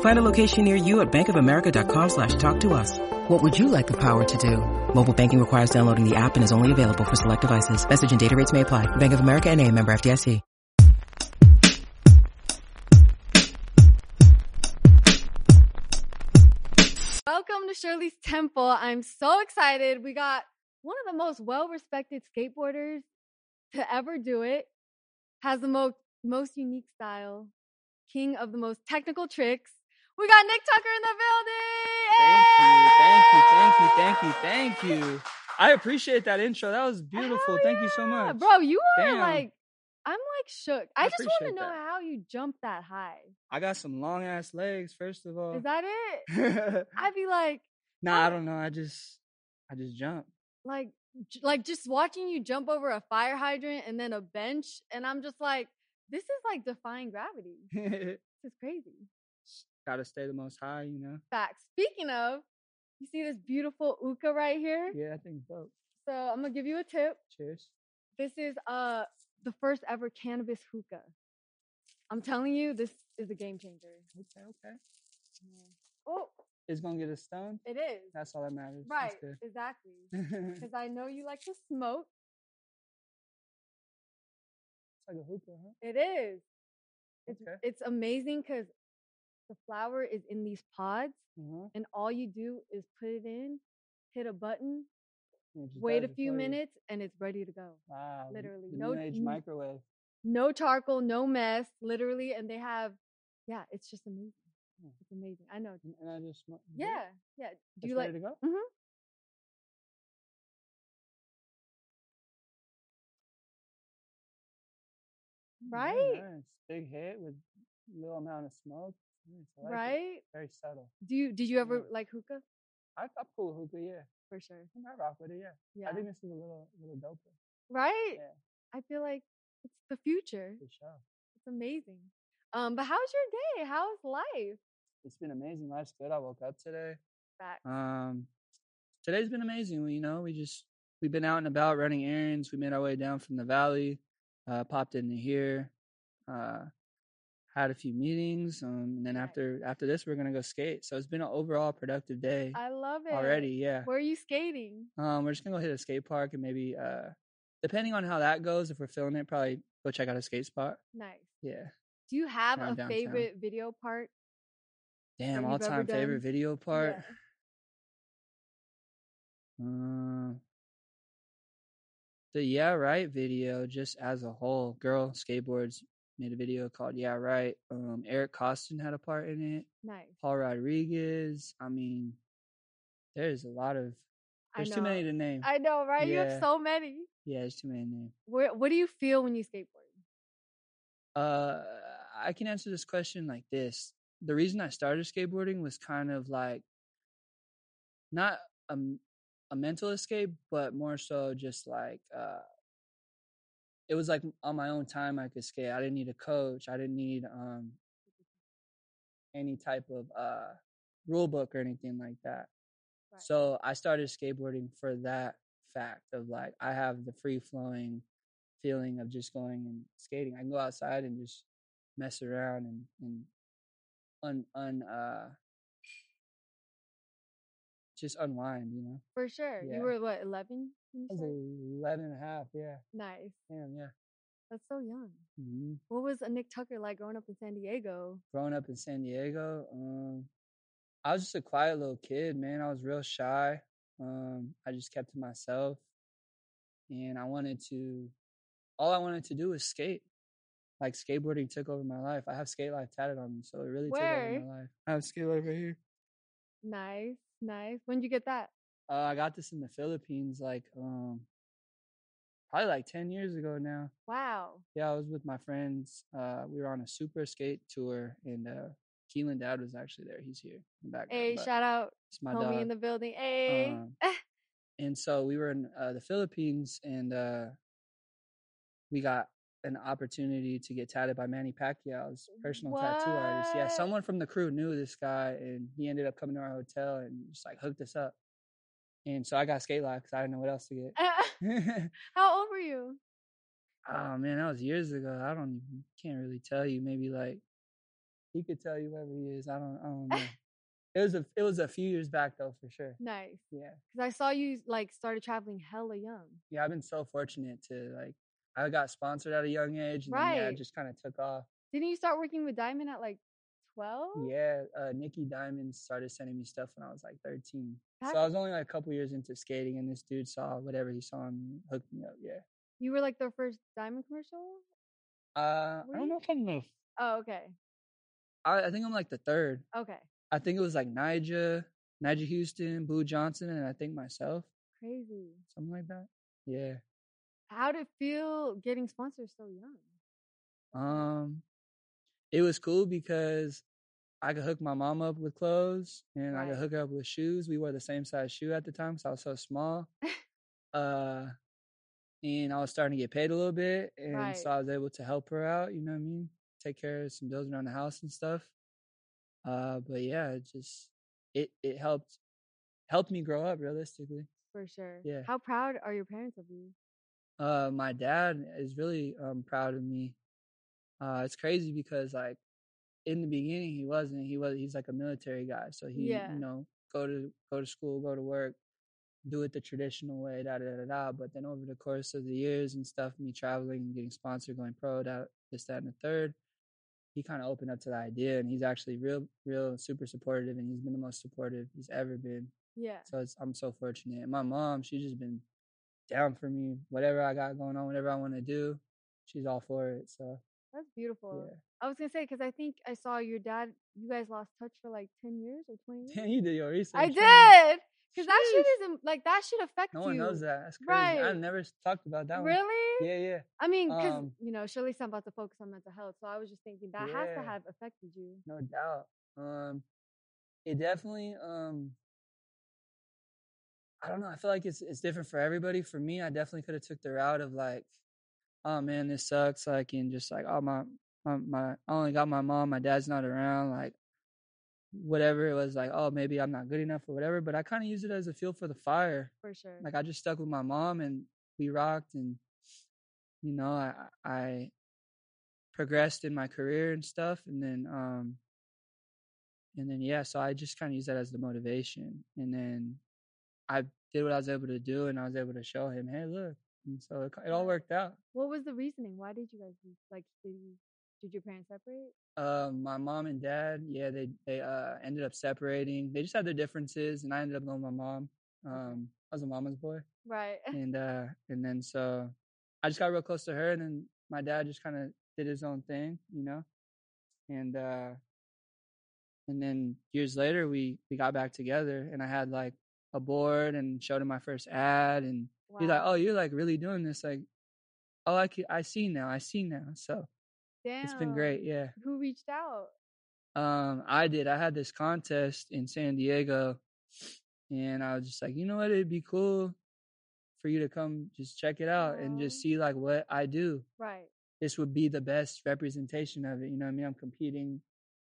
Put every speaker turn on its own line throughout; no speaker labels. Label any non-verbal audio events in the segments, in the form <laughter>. Find a location near you at bankofamerica.com slash talk to us. What would you like the power to do? Mobile banking requires downloading the app and is only available for select devices. Message and data rates may apply. Bank of America and a member FDIC.
Welcome to Shirley's Temple. I'm so excited. We got one of the most well respected skateboarders to ever do it, has the most, most unique style, king of the most technical tricks. We got Nick Tucker in the building.
Thank you, thank you, thank you,
Hey!
thank you, thank you. I appreciate that intro. That was beautiful.
Hell
Thank you so
yeah.
much.
Bro, you are
Damn.
like, I'm like shook. I,
I
just want to
appreciate
know
that.
how you jumped that high.
I got some long ass legs, first of <laughs> all.
Is that it?
nah,
I'd be like,
I
Oh.
don't know. I just I just jumped.
like j- like just watching you jump over a fire hydrant and then a bench and i'm just like this is like defying
<laughs>
gravity this is crazy
<laughs> Gotta stay the most high, you know?
fact speaking of you see this beautiful uka right here
Yeah, I think dope.
so i'm gonna give you a tip
Cheers.
this is uh the first ever cannabis hookah i'm telling you this is a game changer
Okay, okay.
Yeah. oh
It's gonna get a stone.
it is
That's all that matters.
right
That's good. <laughs>
exactly because i know you like to smoke
it's like a hookah, huh?
It is. It's
Okay.
it's amazing because the flower is in these pods,
Uh-huh.
and all you do is put it in, hit a button,
And it just
wait a
does it
few
for you.
minutes, and it's ready to go.
Wow. the-
literally.
The
No-
new age
n-
microwave.
No charcoal, no mess, literally. And they have, yeah, it's just amazing.
Hmm.
It's amazing. I know.
And I just smoke.
Yeah, yeah. Do you
It's ready
like?
to go?
Mhm.
Mm, yeah,
Right?
nice. Big hit with little amount of smoke. Nice, I like it.
Right?
Very subtle.
Do you? Did you ever
Yeah.
like hookah?
I, I'm cool with hookah, yeah.
For sure.
I might rock with it, yeah.
Yeah.
I think this is a little little doper
Right.
yeah.
I feel like it's the future.
for sure.
It's amazing. Um, but how's your day? How's life?
It's been amazing. Life's good. I woke up today.
Back.
Um, today's been amazing. We, you know, we just we've been out and about running errands. We made our way down from the valley, uh, popped into here, uh, had a few meetings, um, and then
Nice.
after after this, we're gonna go skate. So it's been an overall productive day
I love it.
already. Yeah,
Where are you skating?
um, we're just gonna go hit a skate park and maybe, uh, depending on how that goes, if we're feeling it, probably go check out a skate spot.
Nice.
Yeah.
Do you have
Down
a
downtown.
favorite video part?
Damn,
you've
all
ever
time
done?
favorite video part.
Yeah.
Um, the Yeah Right video, just as a whole, girl skateboards made a video called Yeah Right. Um, Eric Costin had a part in it.
Nice.
Paul Rodriguez. I mean, there's a lot of. There's
I know.
too many to name.
I know, right? You have
Yeah.
so many.
yeah, there's too many to name.
Where, what do you feel when you skateboard?
Uh, I can answer this question like this. The reason I started skateboarding was kind of like not a, m- a mental escape, but more so just like uh, it was like on my own time I could skate. I didn't need a coach. I didn't need um any type of uh rule book or anything like that.
Right.
So I started skateboarding for that fact of like I have the free flowing feeling of just going and skating. I can go outside and just mess around and and un un uh just unwind, you know.
For sure.
Yeah.
You were what, 11? when you
I was
started?
11 and a half, yeah.
Nice.
Damn, yeah.
That's so young.
hmm
What was a Nick Tucker like growing up in San Diego?
Growing up in San Diego, um I was just a quiet little kid, man. I was real shy. Um I just kept to myself and I wanted to all I wanted to do was skate. like skateboarding took over my life. I have skate life tatted on me, so it really took
Word.
over my life. I have skate life right here.
Nice, nice. When would you get that?
Uh, I got this in the Philippines, like um, probably like ten years ago now.
Wow.
Yeah, I was with my friends. Uh, we were on a super skate tour, and uh, Keelan Dad was actually there. He's here in the background.
Hey,
but
shout out
it's my
homie
dog.
in the Eh. building. Hey.
Um, and so we were in uh, the Philippines, and uh, we got an opportunity to get tatted by Manny Pacquiao's personal tattoo artist. Yeah,
What?
someone from the crew knew this guy, and he ended up coming to our hotel and just like hooked us up. And so I got skate lock because I didn't know what else to
Eh.
get.
<laughs> How old were you?
<laughs> oh man, that was years ago. I don't even can't really tell you. Maybe like he could tell you whoever he is. I don't.
<laughs>
I don't know. it was a it was a few years back though for sure.
Nice.
Yeah.
Because I saw you like started traveling hella young.
yeah, I've been so fortunate to like I got sponsored at a young age and then, yeah, it
Right.
just kind of took off.
Didn't you start working with Diamond at like 12?
Yeah, uh, Nikki Diamond started sending me stuff when I was like 13. So I
That's-
was only like a couple years into skating, and this dude saw whatever he saw and hooked me up. Yeah,
You were like their first Diamond commercial?
uh, I
Were
don't
you-
know if I'm the.
Oh, okay.
I, I think I'm like the third.
Okay.
I think it was like Nija, Nija Houston, Boo Johnson, and I think myself,
Crazy.
something like that. Yeah.
How'd it feel getting sponsors so young?
Um, it was cool because I could hook my mom up with clothes and I
Right.
could hook her up with shoes. We wore the same size shoe at the time because I was so
<laughs>
small. uh, and I was starting to get paid a little bit. And
Right.
so I was able to help her out, you know what I mean? Take care of some bills around the house and stuff. Uh, but yeah, it just, it, it helped, helped me grow up realistically.
For sure.
Yeah.
How proud are your parents of you?
uh my dad is really um proud of me uh it's crazy because like in the beginning he wasn't he was he's like a military guy so he
Yeah.
you know go to go to school go to work do it the traditional way da da da da but then over the course of the years and stuff me traveling and getting sponsored going pro that this that and the third he kind of opened up to the idea and he's actually real real super supportive and he's been the most supportive he's ever been
Yeah.
so it's, I'm so fortunate. And my mom, she's just been down for me. Whatever I got going on, whatever I want to do, she's all for it. So
That's beautiful.
yeah,
I was gonna say because I think I saw your dad. You guys lost touch for like ten years or twenty years.
Damn, <laughs> you did your research.
I
huh?
did because that
Sheesh.
shit isn't like that should affect
No
you.
one knows that. That's crazy.
Right.
I've never s- talked about that
really?
one. Yeah, yeah.
I mean, because
Um,
you know, Shirley's not about to focus on mental health, so I was just thinking that has to
Yeah.
have affected you.
No doubt. Um, it definitely. Um, I don't know. I feel like it's it's different for everybody. For me, I definitely could have took the route of like, oh man, this sucks. Like, and just like, oh my, my, my, I only got my mom. My dad's not around. Like, whatever it was. Like, oh maybe I'm not good enough or whatever. But I kind of used it as a fuel for the fire.
For sure.
Like, I just stuck with my mom and we rocked and, you know, I I progressed in my career and stuff. And then um and then yeah, so I just kind of used that as the motivation. And then I did what I was able to do, and I was able to show him, hey, look. And so it, it all
Right.
worked out.
what was the reasoning? Why did you guys leave? like? Did you, did your parents separate?
Um, my mom and dad, yeah, they they uh, ended up separating. They just had their differences, and I ended up going with my mom. Um, I was a mama's boy,
<laughs> Right.
and uh, and then so I just got real close to her, and then my dad just kind of did his own thing, you know, and uh, and then years later we we got back together, and I had like a board and showed him my first ad, and
Wow.
He's like, oh, you're like really doing this. Like, oh, I can, I see now. I see now. So
Damn.
it's been great. Yeah.
Who reached out?
Um, I did. I had this contest in San Diego, and I was just like, you know what? It'd be cool for you to come just check it out and
Aw.
just see like what I do.
Right.
This would be the best representation of it. You know what I mean? I'm competing.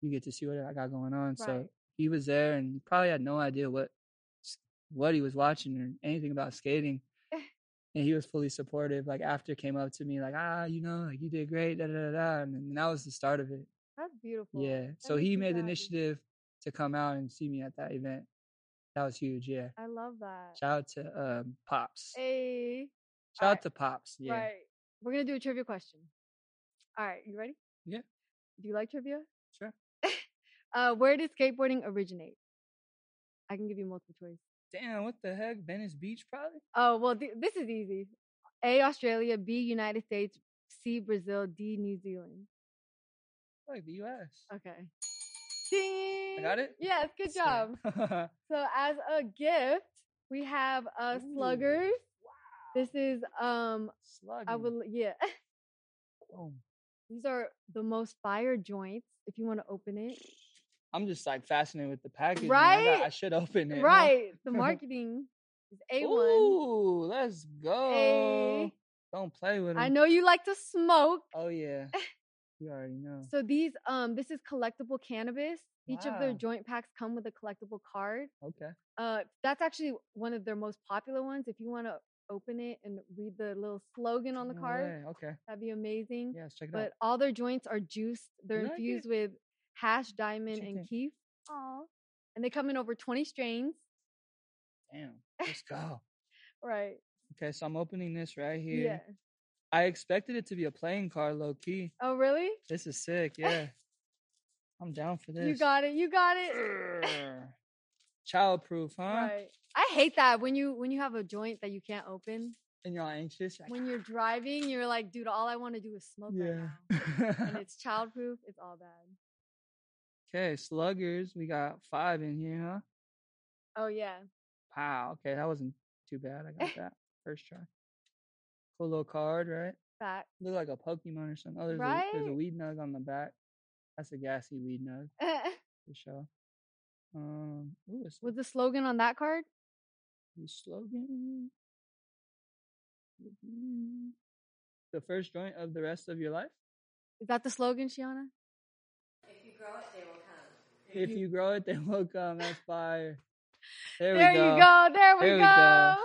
You get to see what I got going on. So
Right.
he was there, and he probably had no idea what s- what he was watching or anything about skating.
<laughs>
and he was fully supportive. Like after came up to me like, ah, you know, like you did great, da da da, da. And, then that was the start of it.
That's beautiful.
Yeah.
That
So
makes
he
me
made
so
the
happy.
initiative to come out and see me at that event. That was huge. Yeah.
I love that.
Shout out to um, Pops.
Hey.
Shout
alright,
out to Pops. Yeah.
Right. We're gonna do a trivia question. All right, you ready?
Yeah.
Do you like trivia?
Sure.
<laughs> Uh, where did skateboarding originate? I can give you multiple choice.
Damn, what the heck? Venice Beach, probably?
Oh well, th- this is easy. A. Australia. B. United States. C Brazil, D New Zealand.
Like the U.S.
Okay. Ding.
got it?
Yes, Uh, good
Sick. <laughs>
job. So as a gift, we have uh
Ooh,
sluggers. This is um I
Slugging.
will yeah. <laughs>
Boom.
These are the most fire joints if you want to open it.
I'm just like fascinated with the package. I,
Right?
got- I should <laughs> open it. huh?
Right.
<laughs>
The marketing is A1.
Ooh, let's go.
A.
Don't play with 'em.
I know you like to smoke. <laughs>
Oh yeah. You already know.
So these um this is collectible cannabis. Each of their
Wow.
joint packs come with a collectible card.
Okay.
Uh that's actually one of their most popular ones. If you want to open it and read the little slogan on the
No
card,
way, Okay.
that'd be amazing.
Yeah, let's check it
But
out.
all their joints are juiced. They're
You like it?
infused with hash, diamond,
Check
and
it.
keef. Aw. And they come in over 20 strains.
Damn.
<laughs>
Let's go.
Right.
Okay, so I'm opening this right here.
Yeah.
I expected it to be a playing card, low key.
Oh, really?
This is sick. Yeah. I'm down for this.
You
<clears throat>
got it. You got it.
Grr. Childproof, <laughs> huh?
Right. I hate that when you when you have a joint that you can't open.
And y'all anxious? Like, ah.
When you're driving, you're like, dude, all I want to do is smoke right
yeah.
now.
<laughs>
And it's childproof. It's all bad.
okay, sluggers. We got five in here, huh?
Oh yeah.
Wow. Okay, that wasn't too bad.
<laughs>
I got that first try. Cool little card, right?
Fact. <laughs>
Look like a Pokemon or something. Oh, there's, a, there's a
Right?
weed nug on the back. That's a gassy weed nug for sure. Um, ooh, it's
Was the slogan on that card?
The slogan. Mhm. The first joint of the rest of your life.
Is that the slogan, Shiana?
If you grow it, <laughs> they will come. That's fire. There,
there
we go.
you go. There we
There
go.
we go.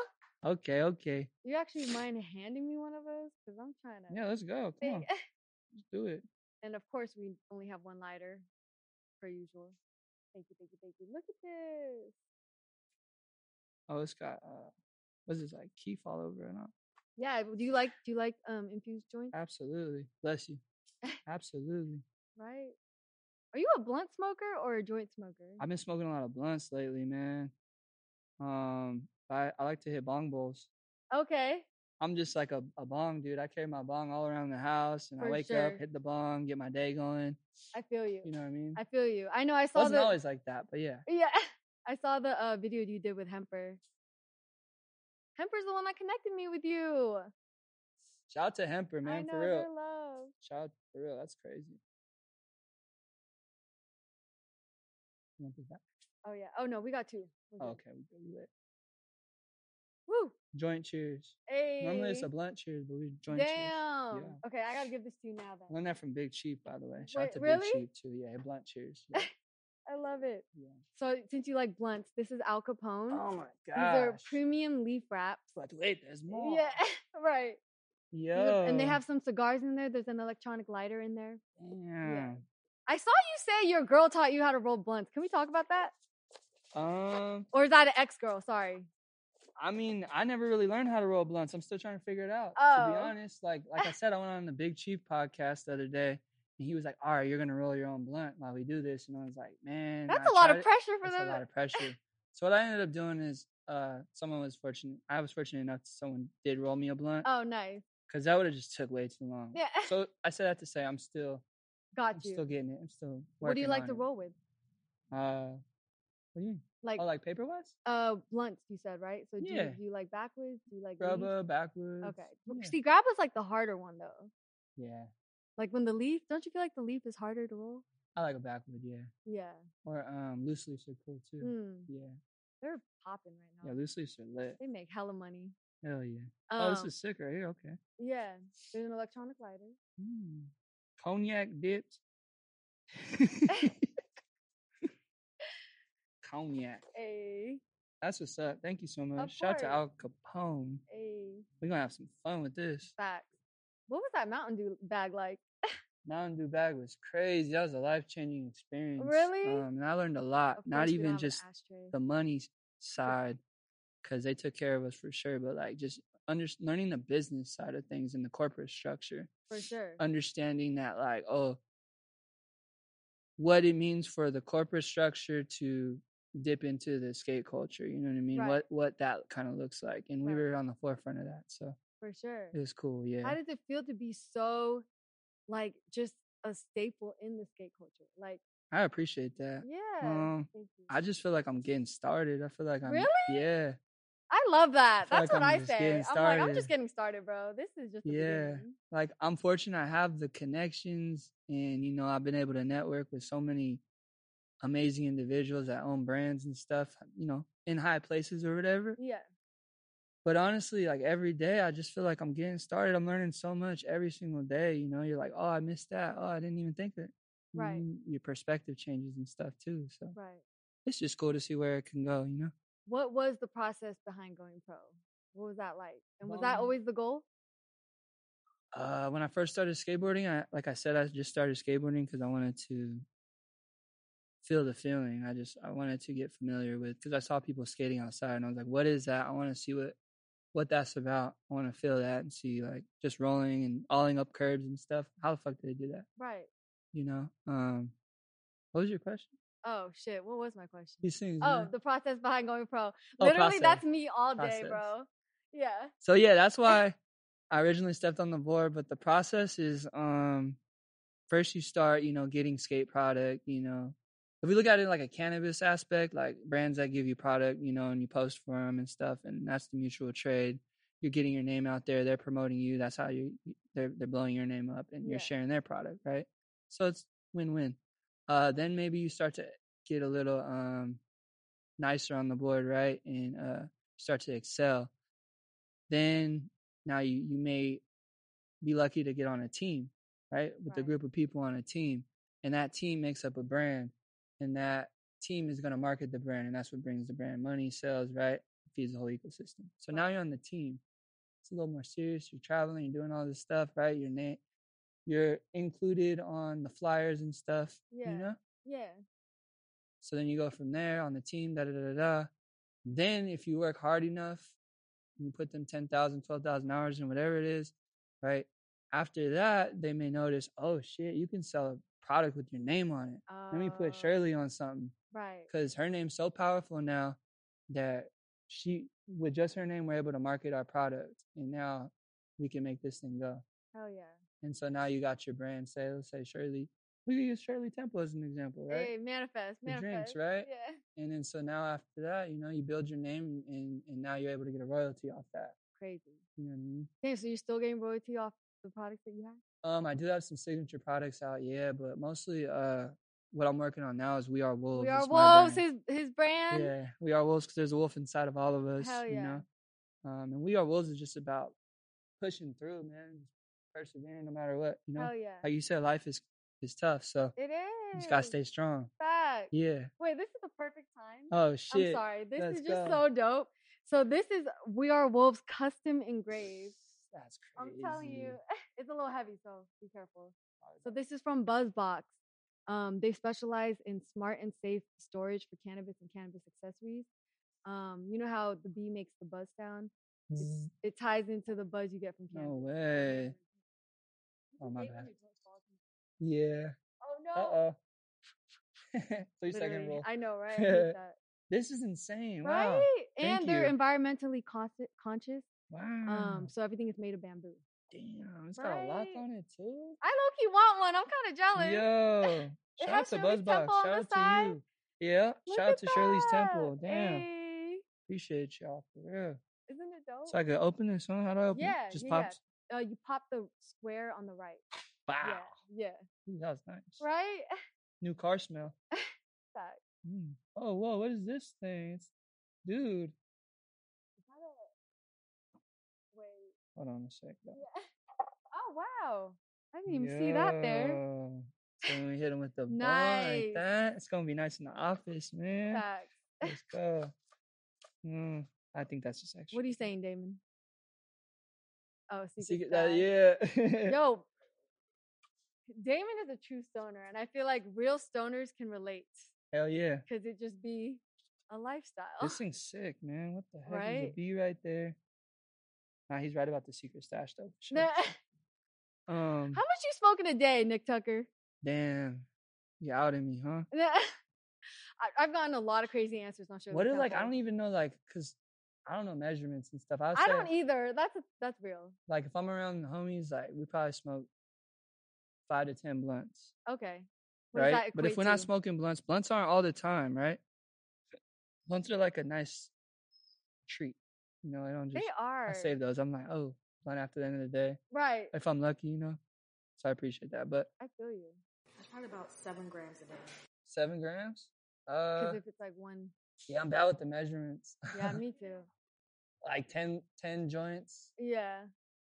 Okay, okay.
You actually mind handing me one of those? Because I'm trying to.
Yeah, let's go. Come on,
think.
let's do it.
<laughs> And of course, we only have one lighter, per usual. Thank you, thank you, thank you. Look at this.
Oh, it's got uh, what's this like? Keef all over or not?
Yeah. Do you like do you like um infused joints?
Uh Absolutely.
<laughs>
Bless you. Absolutely.
Right. Are you a blunt smoker or a joint smoker?
I've been smoking a lot of blunts lately, man. Um, I I like to hit bong bowls.
okay.
I'm just like a, a bong dude. I carry my bong all around the house, and I
For
wake
sure.
up, hit the bong, get my day going.
I feel you.
You know what I mean?
I feel you. I know. I saw
wasn't
the.
always like that, but yeah.
<laughs> Yeah. <laughs> I saw the uh, video you did with Hemper. Hemper's the one that connected me with you.
Shout out to Hemper,
I
man,
know
for
her
real.
love.
Shout out for real. That's crazy. You want this back?
Oh yeah. Oh no, we got two. We're
Oh,
good.
okay, we good, we lit.
Woo.
Joint cheers.
Hey.
Normally it's a blunt cheers, but we joint
Damn.
cheers.
Okay, I gotta give this to you now
I
then.
learned that from Big Chief, by the way. Shout
Wait,
out to
really?
Big Chief too. Yeah, blunt cheers.
<laughs>
Yeah,
I love it.
yeah.
So since you like blunts, this is Al Capone.
Oh my
These
god.
are premium leaf wraps.
But wait, there's more.
Yeah, <laughs> right. These
Yo.
are- And they have some cigars in there. There's an electronic lighter in there.
Damn.
I saw you say your girl taught you how to roll blunts. Can we talk about that?
Um,
Or is that an ex girl? Sorry.
I mean, I never really learned how to roll blunts. I'm still trying to figure it out. To be
Oh. <laughs>
honest, like like I said, I went on the Big Chief podcast the other day, and he was like, "All right, you're gonna roll your own blunt while we do this," and I was like, "Man,
That's
I
a lot
tried
of
it.
pressure for
That's a lot
them.
of pressure." so what I ended up doing is, uh, someone was fortunate. I was fortunate enough that someone did roll me a blunt
Oh, nice.
because that would have just took way too long.
Yeah. <laughs>
So I said that to say I'm still, I'm
Got
still
you.
getting it. I'm still working.
What do you like
on
to
it.
roll with?
Uh, what do you mean?
Like,
oh, like paper wise?
uh, blunts, you said, right? So do,
Yeah.
you, do you like backwoods? Do you like leaf?
Grubba, backwards.
Mm-hmm. Okay.
Yeah.
See, grab was like the harder one though.
yeah.
Like when the leaf, don't you feel like the leaf is harder to roll?
I like a backwood, yeah.
Yeah.
Or um, loose leaves are cool too.
Mm,
Yeah,
they're popping right now.
yeah, loose leaves are lit.
They make hella money.
Hell yeah!
Um,
oh, this is sick right here. Okay.
yeah. There's an electronic lighter.
Mm. Cognac
<laughs>
dips. <laughs> Cognac.
A
That's what's up. Thank you so much. Shout out to Al
course.
Capone.
a
We're gonna have some fun with this.
facts. What was that Mountain Dew bag like?
Mountain Dew bag was crazy. That was a life changing experience.
Really?
Um, and I learned a lot.
Of
Not
course we don't
even
have an
just
ashtray.
the money s- side because they took care of us for sure but like just under, learning the business side of things and the corporate structure
for sure.
understanding that like oh what it means for the corporate structure to dip into the skate culture you know what i mean
Right.
what what that kind of looks like and we
Right.
were on the forefront of that so
for sure.
It was cool. Yeah.
How does it feel to be so like just a staple in the skate culture? Like
I appreciate that.
yeah.
um,
thank you.
I just feel like I'm getting started. I feel like I'm
Really?
yeah.
I love that.
feel
That's
like
what
I'm
i
just
say.
getting
I'm like, I'm just
started.
getting started, bro. This is just the
Yeah.
beginning.
Like I'm fortunate I have the connections and you know, I've been able to network with so many amazing individuals that own brands and stuff, you know, in high places or whatever.
Yeah.
But honestly, like every day I just feel like I'm getting started. I'm learning so much every single day. You know, you're like, Oh, I missed that. Oh, I didn't even think that. You know what I
Right.
mean? Your perspective changes and stuff too. So
Right.
it's just cool to see where it can go, you know?
What was the process behind going pro? What was that like? And was that
Um,
always the goal?
Uh, when I first started skateboarding, I like I said, I just started skateboarding because I wanted to feel the feeling. I just I wanted to get familiar with because I saw people skating outside, and I was like, "What is that? I want to see what what that's about. I want to feel that and see like just rolling and olling up curbs and stuff. How the fuck did they do that?
Right.
You know? Um, what was your question?
Oh shit. What was my question?
These things.
Oh,
man.
the process behind going pro. Literally, that's
Oh, process.
me all day,
Process.
bro. Yeah.
So yeah, that's why I originally stepped on the board. But the process is um first you start, you know, getting skate product, you know. If we look at it like a cannabis aspect, like brands that give you product, you know, and you post for them and stuff, and that's the mutual trade. You're getting your name out there. They're promoting you. That's how you they're they're blowing your name up, and
Yeah.
you're sharing their product, right? So it's win win. Uh, then maybe you start to get a little um nicer on the board, right? And uh, start to excel. Then now you you may be lucky to get on a team, right? With a
Right.
group of people on a team, and that team makes up a brand, and that team is going to market the brand, and that's what brings the brand money, sales, right? Feeds the whole ecosystem. So now you're on the team. It's a little more serious. You're traveling. You're doing all this stuff, right? Your name, you're included on the flyers and stuff.
Yeah.
You know.
Yeah.
So then you go from there on the team, da da da da. da. Then if you work hard enough, you put them 10,000, 12,000 hours in whatever it is, right? After that, they may notice, oh shit, you can sell a product with your name on it. Let me
Oh,
put Shirley on something
Right.
because her name's so powerful now that she, with just her name, we're able to market our product. And now we can make this thing go.
Hell yeah.
And so now you got your brand. Say, let's say Shirley. We could use Shirley Temple as an example, right?
Hey, manifest.
The
Manifest.
drinks, right?
Yeah.
And then so now after that, you know, you build your name and and now you're able to get a royalty off that.
Crazy.
You know what I mean?
Damn, so you're still getting royalty off the products that you have?
Um, I do have some signature products out, yeah, but mostly uh what I'm working on now is We Are Wolves.
we are
It's my
wolves.
brand.
His his brand.
Yeah, We Are Wolves because there's a wolf inside of all of us,
Hell
you
yeah.
know. Um and We Are Wolves is just about pushing through, man, persevering no matter what, you know.
Hell yeah.
Like you said, life is is tough, so
it is.
you just gotta stay strong.
Fact.
Yeah.
Wait, this is the perfect time.
Oh shit.
I'm sorry. This
Let's
is just
go.
so dope. So this is We Are Wolves custom engraved.
That's
I'm
crazy.
telling you, <laughs> it's a little heavy, so be careful.
Sorry
So
about
this is from Buzzbox. Um, they specialize in smart and safe storage for cannabis and cannabis accessories. Um, you know how the bee makes the buzz sound?
that.
It's, it ties into the buzz you get from cannabis.
Mm-hmm. Mm, No way.
You
Oh,
can
my
vape when
bad.
you don't fall asleep.
Yeah.
Oh no!
Uh oh. <laughs> Three second
Literally,
rule.
I know, right? I
<laughs>
hate that.
This is insane. Wow.
Right?
Thank
and they're
you.
environmentally consci- conscious.
Wow.
Um, so everything is made of bamboo.
Damn. It's got a lock
right?
on it too.
I low key want one. I'm kind of jealous.
Yo.
<laughs> It
Shout out
has
to
Shirley's
Buzzbox.
Temple on
Shout
the
out
side.
to you. Yeah.
Look
Shout out
at
to Shirley's
that.
Temple. Damn.
Ayy.
Appreciate y'all for real.
Isn't it dope?
So I could open this, huh? How do I open
Oh. yeah,
it? Just
yeah,
pops.
yeah. Uh, you pop the square on the right.
Wow.
Yeah,
Ooh, that was nice.
yeah. Right? <laughs>
New car smell.
That-
Mm. Oh, whoa. What is this thing? It's, dude.
is that a- Wait.
Hold on a sec. though.
Yeah. <laughs> Oh wow! I didn't even see that there.
Yo. So when we hit him with the ball
Nice.
like that, it's gonna be nice in the office, man.
Facts.
Let's go. Mm, I think that's just extra.
What are you saying, Damon? Oh, secret.
Secret that,
stash.
<laughs> yeah.
Yo, Damon is a true stoner, and I feel like real stoners can relate
Hell yeah.
because it just be a lifestyle.
This thing's sick, man. What the heck is a
Right?
bee right there? Nah, he's right about the secret stash though.
<laughs>
for
Nah, <laughs>
Sure. Um
How much you smoking a day, Nick Tucker? <laughs>
damn. You outed me, huh?
Nah, I, I've gotten a lot of crazy answers. Not sure.
What if like I don't even know like cause I don't know measurements and stuff. I, would
I
say,
don't either. That's that's real.
like if I'm around the homies, like we probably smoke five to ten blunts,
Okay. What does
right?
that
But if
equate
we're not
to?
smoking blunts, blunts aren't all the time, right? Blunts are like a nice treat. You know, I don't
they
just
are
I save those. I'm like, oh, blunt after the end of the day.
right.
If I'm lucky, you know. So I appreciate that. But
I feel you
Probably about seven grams a day.
seven grams?
because
Uh
if it's like
<laughs>
one,
yeah, I'm bad with the measurements. <laughs>
yeah, me too.
like 10, 10 joints
Yeah,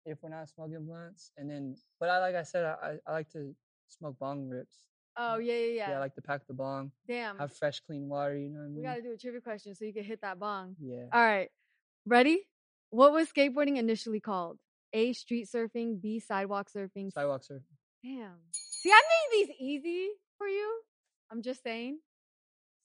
if we're not smoking blunts. And then but I like I said, I, I, I like to smoke bong rips.
Oh yeah, yeah, yeah.
Mm. Yeah, I like to pack the bong.
Damn,
Have fresh, clean water, you know what I mean?
Um, we got to do a trivia question so you can hit that bong.
yeah.
All right, ready? What was skateboarding initially called? A. Street surfing. B. Sidewalk surfing.
Sidewalk surfing.
Damn. See, I made these easy for you. I'm just saying,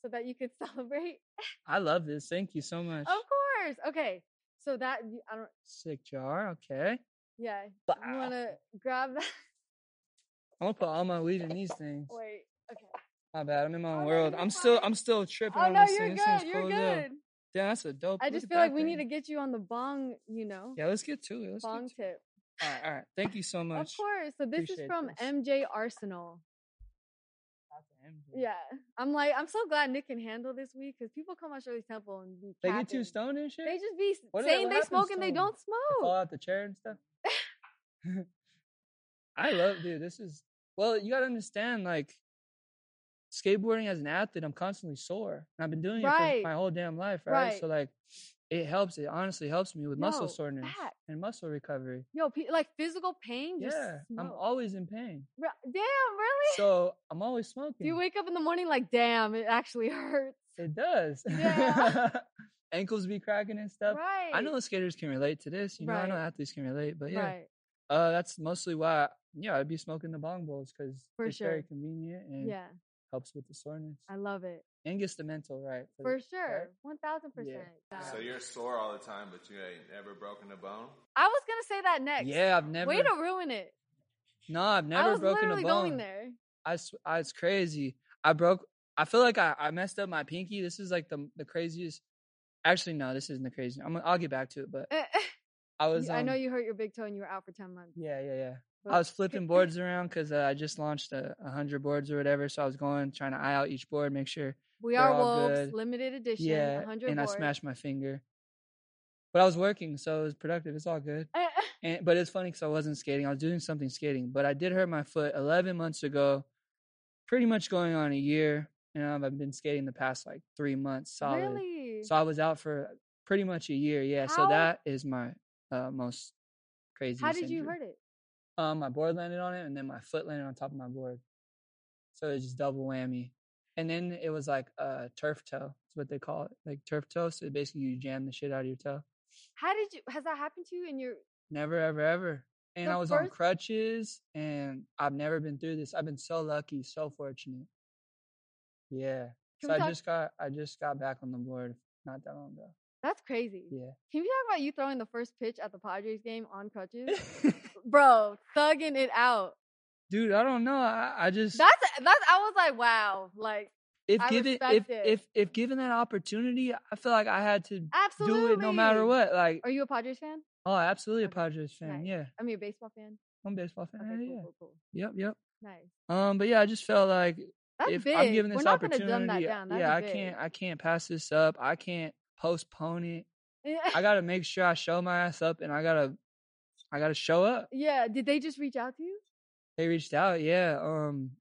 so that you could <laughs> celebrate.
I love this. Thank you so much.
Of course. Okay. So that I don't.
Sick jar. Okay.
Yeah. You
Wow.
wanna grab that? <laughs>
I'm gonna put all my weed in these things.
Wait. Okay.
My bad. I'm in my
Oh,
own
no,
world.
you're
I'm still.
fine.
I'm still tripping
Oh
on
no,
this
you're
thing. This thing's
good. You're
cool as hell.
good.
Damn, that's a dope.
I
look
just
at
feel
that
like we need to
thing.
get you on the bong, you know,
Yeah, let's get to it. Let's
bong
get to it.
tip.
All right, all right. Thank you so much.
Of course. So this is
Appreciate
from
this.
MJ Arsenal.
Goddamn,
Yeah. I'm like, I'm so glad Nick can handle this week because people come on Shirley's Temple and be
They get
capping.
too stoned and shit.
They just be s-
What do they-
saying
what
they,
happens
smoke
to
and they
them?
don't
They fall
smoke.
out the chair and
<laughs>
stuff. I love, dude. This is well. You gotta understand, like skateboarding as an athlete, I'm constantly sore, and I've been doing it
Right.
for my whole damn life, right?
Right.
So like, it helps. It honestly helps me with muscle
No,
soreness
fact.
and muscle recovery.
Yo, pe- like physical pain. Just
yeah, I'm
smoke.
always
<laughs>
in pain,
Re- Damn, really?
so I'm always smoking.
Do <laughs> you wake up in the morning like, damn, it actually <laughs> hurts?
It does.
Yeah.
<laughs> Ankles be cracking and stuff.
Right.
I know skaters can relate to this. You know, I know
Right.
athletes can relate, but yeah,
Right.
uh, that's mostly why. Yeah, I'd be smoking the bong bowls because
For
it's very
sure.
convenient and
Yeah.
helps with the soreness
I love it.
and gets the mental right.
For
the-
sure. 1000%.
So you're sore all the time, but you ain't never broken a bone?
I was going to say that next.
right? Yeah, I've never.
Way to ruin it.
no, I've never
I was
broken
literally
a bone.
going there. <laughs>
I, sw- I- it's crazy. I broke. I feel like I, I messed up my pinky. This is like the the craziest. Actually, no, this isn't the craziest. I'm. I'll get back to it, but
Eh, eh,
I was.
you- I know
um,
you hurt your big toe and you were out for 10 months.
Yeah, yeah, yeah.
but-
I was
<laughs>
flipping boards around because uh, I just launched a, a hundred boards or whatever. So I was going trying to eye out each board, make sure.
We
they're
are
all
wolves,
good.
limited edition,
yeah,
100
and I
boards.
smashed my finger. But I was working, so it was productive. It's all good.
<laughs> Eh, eh,
And but it's funny because I wasn't skating. I was doing something skating, but I did hurt my foot eleven months ago. Pretty much going on a year, and I've- I've been skating the past like three months solid.
Really?
So I was out for pretty much a year. Yeah.
How-
So that is my uh, most crazy.
How did you
injury.
hurt it?
Um, my board landed on it, and then my foot landed on top of my board. So it was just double whammy. And then it was like uh, turf toe. Is what they call it, like turf toe. So basically, you jam the shit out of your toe.
How did you, has that happened to you in your,
Never, ever, ever. And
The
I was on
first-
crutches, and I've never been through this. I've been so lucky, so fortunate. Yeah.
Can
so
we
I
talk-
just got, I just got back on the board not that long ago.
that's crazy.
Yeah.
Can you talk about you throwing the first pitch at the Padres game on crutches?
<laughs>
<laughs> Bro, thugging it out.
Dude, I don't know. I, I just
That's, that's, I was like, wow. Like,
if
I
given if,
respect it.
if if given that opportunity, I feel like I had to
absolutely.
do it no matter what. Like,
Are you a Padres fan?
oh, absolutely a
Okay,
Padres fan.
nice.
Yeah,
I mean, a baseball fan?
I'm a baseball fan.
Okay, cool,
hell yeah.
cool, cool.
Yep, yep.
Nice.
Um, but yeah, I just felt like
That's
if
big.
I'm given this
We're not
opportunity,
gonna dumb that down. That's
yeah, I
big.
can't, I can't pass this up. I can't postpone it. I
<laughs> Yeah.
gotta make sure I show my ass up, and I gotta, I gotta show up.
yeah. Did they just reach out to you?
They reached out, yeah. Um,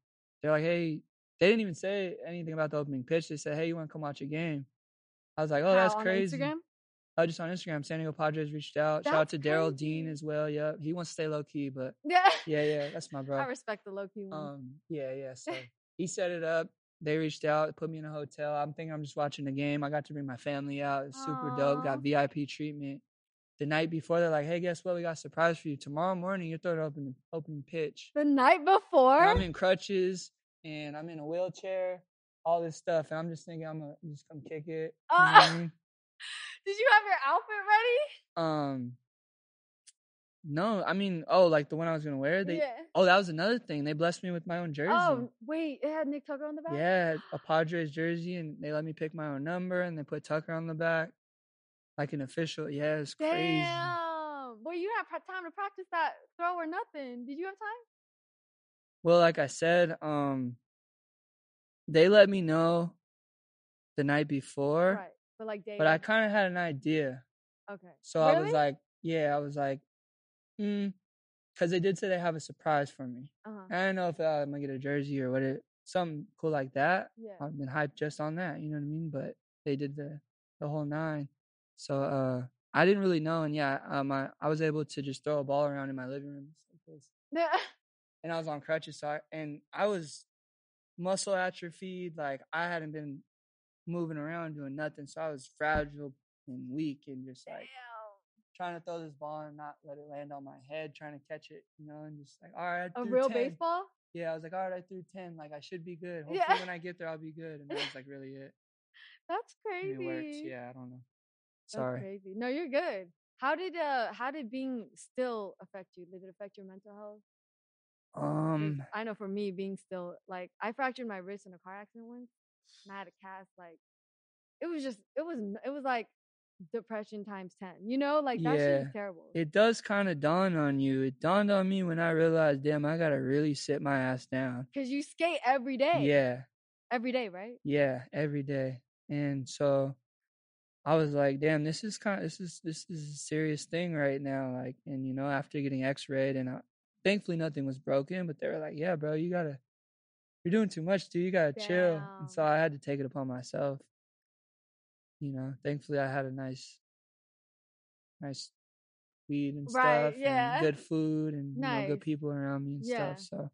they're like, hey, they didn't even say anything about the opening pitch. They said, hey, you want to come watch a game? I was like, oh,
How,
that's
on
crazy.
Instagram? <laughs>
Uh, just on Instagram, San Diego Padres reached out. Shout out
That's
to Daryl Dean
crazy.
as well. Yep, he wants to stay low key, but
Yeah.
yeah, yeah, that's my bro.
I respect the low key one.
Um,
<laughs>
yeah, yeah. So he set it up. They reached out, put me in a hotel. I'm thinking I'm just watching the game. I got to bring my family out. It's super dope.
Aw.
Got VIP treatment. The night before, they're like, "Hey, guess what? We got a surprise for you. Tomorrow morning, you're throwing open opening pitch."
the night
And
before.
I'm in crutches and I'm in a wheelchair. All this stuff, and I'm just thinking I'm gonna just come kick it. you know what I
Ah.
mean?
<laughs> Did you have your outfit ready?
Um, no, I mean, oh, like the one I was gonna wear. They,
yeah.
oh, that was another thing. They blessed me with my own jersey.
Oh wait, it had Nick Tucker on the back.
Yeah, a Padres jersey, and they let me pick my own number, and they put Tucker on the back. Like an official, yeah, it's crazy.
Damn. Boy, you had pra- time to practice that throw or nothing. Did you have time?
Well, like I said, um, they let me know the night before,
right. But like day.
but I
of.
kind of had an idea.
Okay.
So I was
Really?
like, yeah, I was like, hmm, because they did say they have a surprise for me.
Uh-huh.
I don't know if uh, I'm gonna get a jersey or what it, something cool like that.
<laughs> Yeah.
I've been hyped just on that, you know what I mean? But they did the the whole nine, so uh, I didn't really know, and yeah, um, I, I was able to just throw a ball around in my living room just like this, and I was on crutches, so I, and I was muscle atrophied, like I hadn't been moving around doing nothing, so I was fragile and weak and just like
Damn.
trying to throw this ball and not let it land on my head, trying to catch it, you know, and just like all right, I
A
threw
real
10.
baseball?
Yeah, I was like, all right, I threw ten. Like I should be good. Hopefully,
Yeah. <laughs>
when I get there, I'll be good. And that was like really it.
That's
And
crazy.
it works. Yeah, I don't know.
That's
Sorry.
crazy. No, you're good. How did uh how did being still affect you? Did it affect your mental health? 'Cause
Um,
I know for me being still like I fractured my wrist in a car accident once and I had a cast like it was just it was n- it was like depression times 10. You know, like that shit is
Yeah.
terrible.
it does kind of dawn on you. It dawned on me when I realized, damn, I gotta really sit my ass down.
Cuz you skate every day.
Yeah,
Every day, right?
yeah, every day. And so I was like, damn, this is kind. This is this is a serious thing right now. Like, and you know, after getting X-rayed, and I, thankfully nothing was broken, but they were like, yeah, bro, you gotta. You're doing too much, dude. You gotta chill. And so
Damn.
I had to take it upon myself. You know, thankfully I had a nice, nice weed and
Right,
stuff,
yeah.
and good food, and you know,
Nice.
good people around me and
Yeah.
stuff. So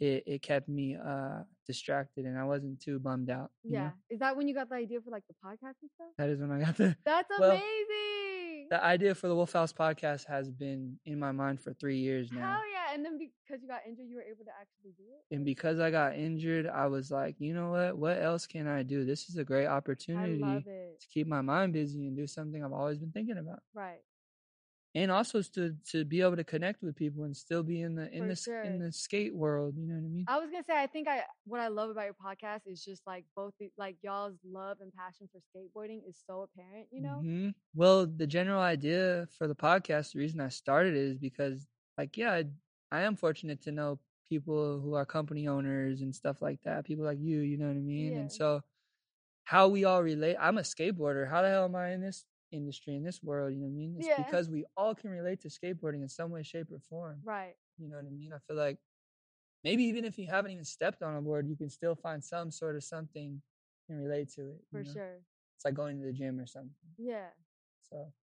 it it kept me uh distracted, and I wasn't too bummed out. You
Yeah.
know?
Is that when you got the idea for like the podcast and stuff?
that is when I got the
That's
Well,
amazing.
the idea for the Wolf House podcast has been in my mind for three years now.
Hell yeah. And then because you got injured, you were able to actually do it.
and
Like,
because I got injured, I was like, you know what? What else can I do? This is a great
I
opportunity
love it.
to keep my mind busy and do something I've always been thinking about.
Right.
And also to to be able to connect with people and still be in the in
For
this in
sure.
the skate world, you know what I mean?
I was gonna say, I think I what I love about your podcast is just like both the, like y'all's love and passion for skateboarding is so apparent, you know?
Mhm. Well, the general idea for the podcast, the reason I started it is because, like, yeah, I, I am fortunate to know people who are company owners and stuff like that. People like you, you know what I mean. And
Yeah.
so, how we all relate. I'm a skateboarder. How the hell am I in this industry in this world? You know what I mean? It's
Yeah.
because we all can relate to skateboarding in some way, shape, or form.
Right.
You know what I mean? I feel like maybe even if you haven't even stepped on a board, you can still find some sort of something and relate to it. you
For
know?
sure.
It's like going to the gym or something.
Yeah.
So.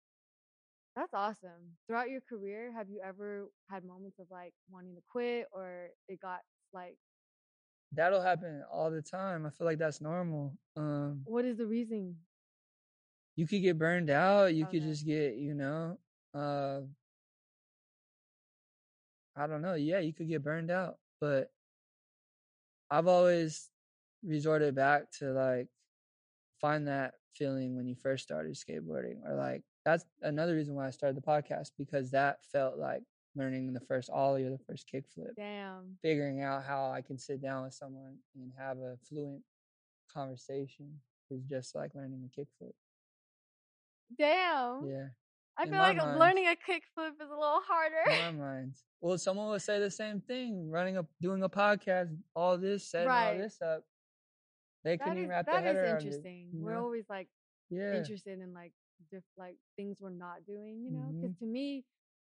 That's awesome. Throughout your career, have you ever had moments of like wanting to quit or it got like
that'll happen all the time. I feel like that's normal. Um,
what is the reason?
you could get burned out. You could
Okay.
just get, you know, uh, I don't know. Yeah, you could get burned out. But I've always resorted back to like find that feeling when you first started skateboarding, or like that's another reason why I started the podcast because that felt like learning the first ollie or the first kickflip,
Damn.
figuring out how I can sit down with someone and have a fluent conversation is just like learning a kickflip.
Damn.
Yeah,
I
in
feel
my
like
mind-
learning a kickflip is a little harder.
in my mind. Well, someone would say the same thing. Running up, doing a podcast, all this, setting
Right.
all this up. They
That
couldn't
is
even wrap their
that
head
is
around
interesting.
it. you
We're
know?
always like
yeah,
interested in like diff- like things we're not doing, you know? Because
Mhm.
to me,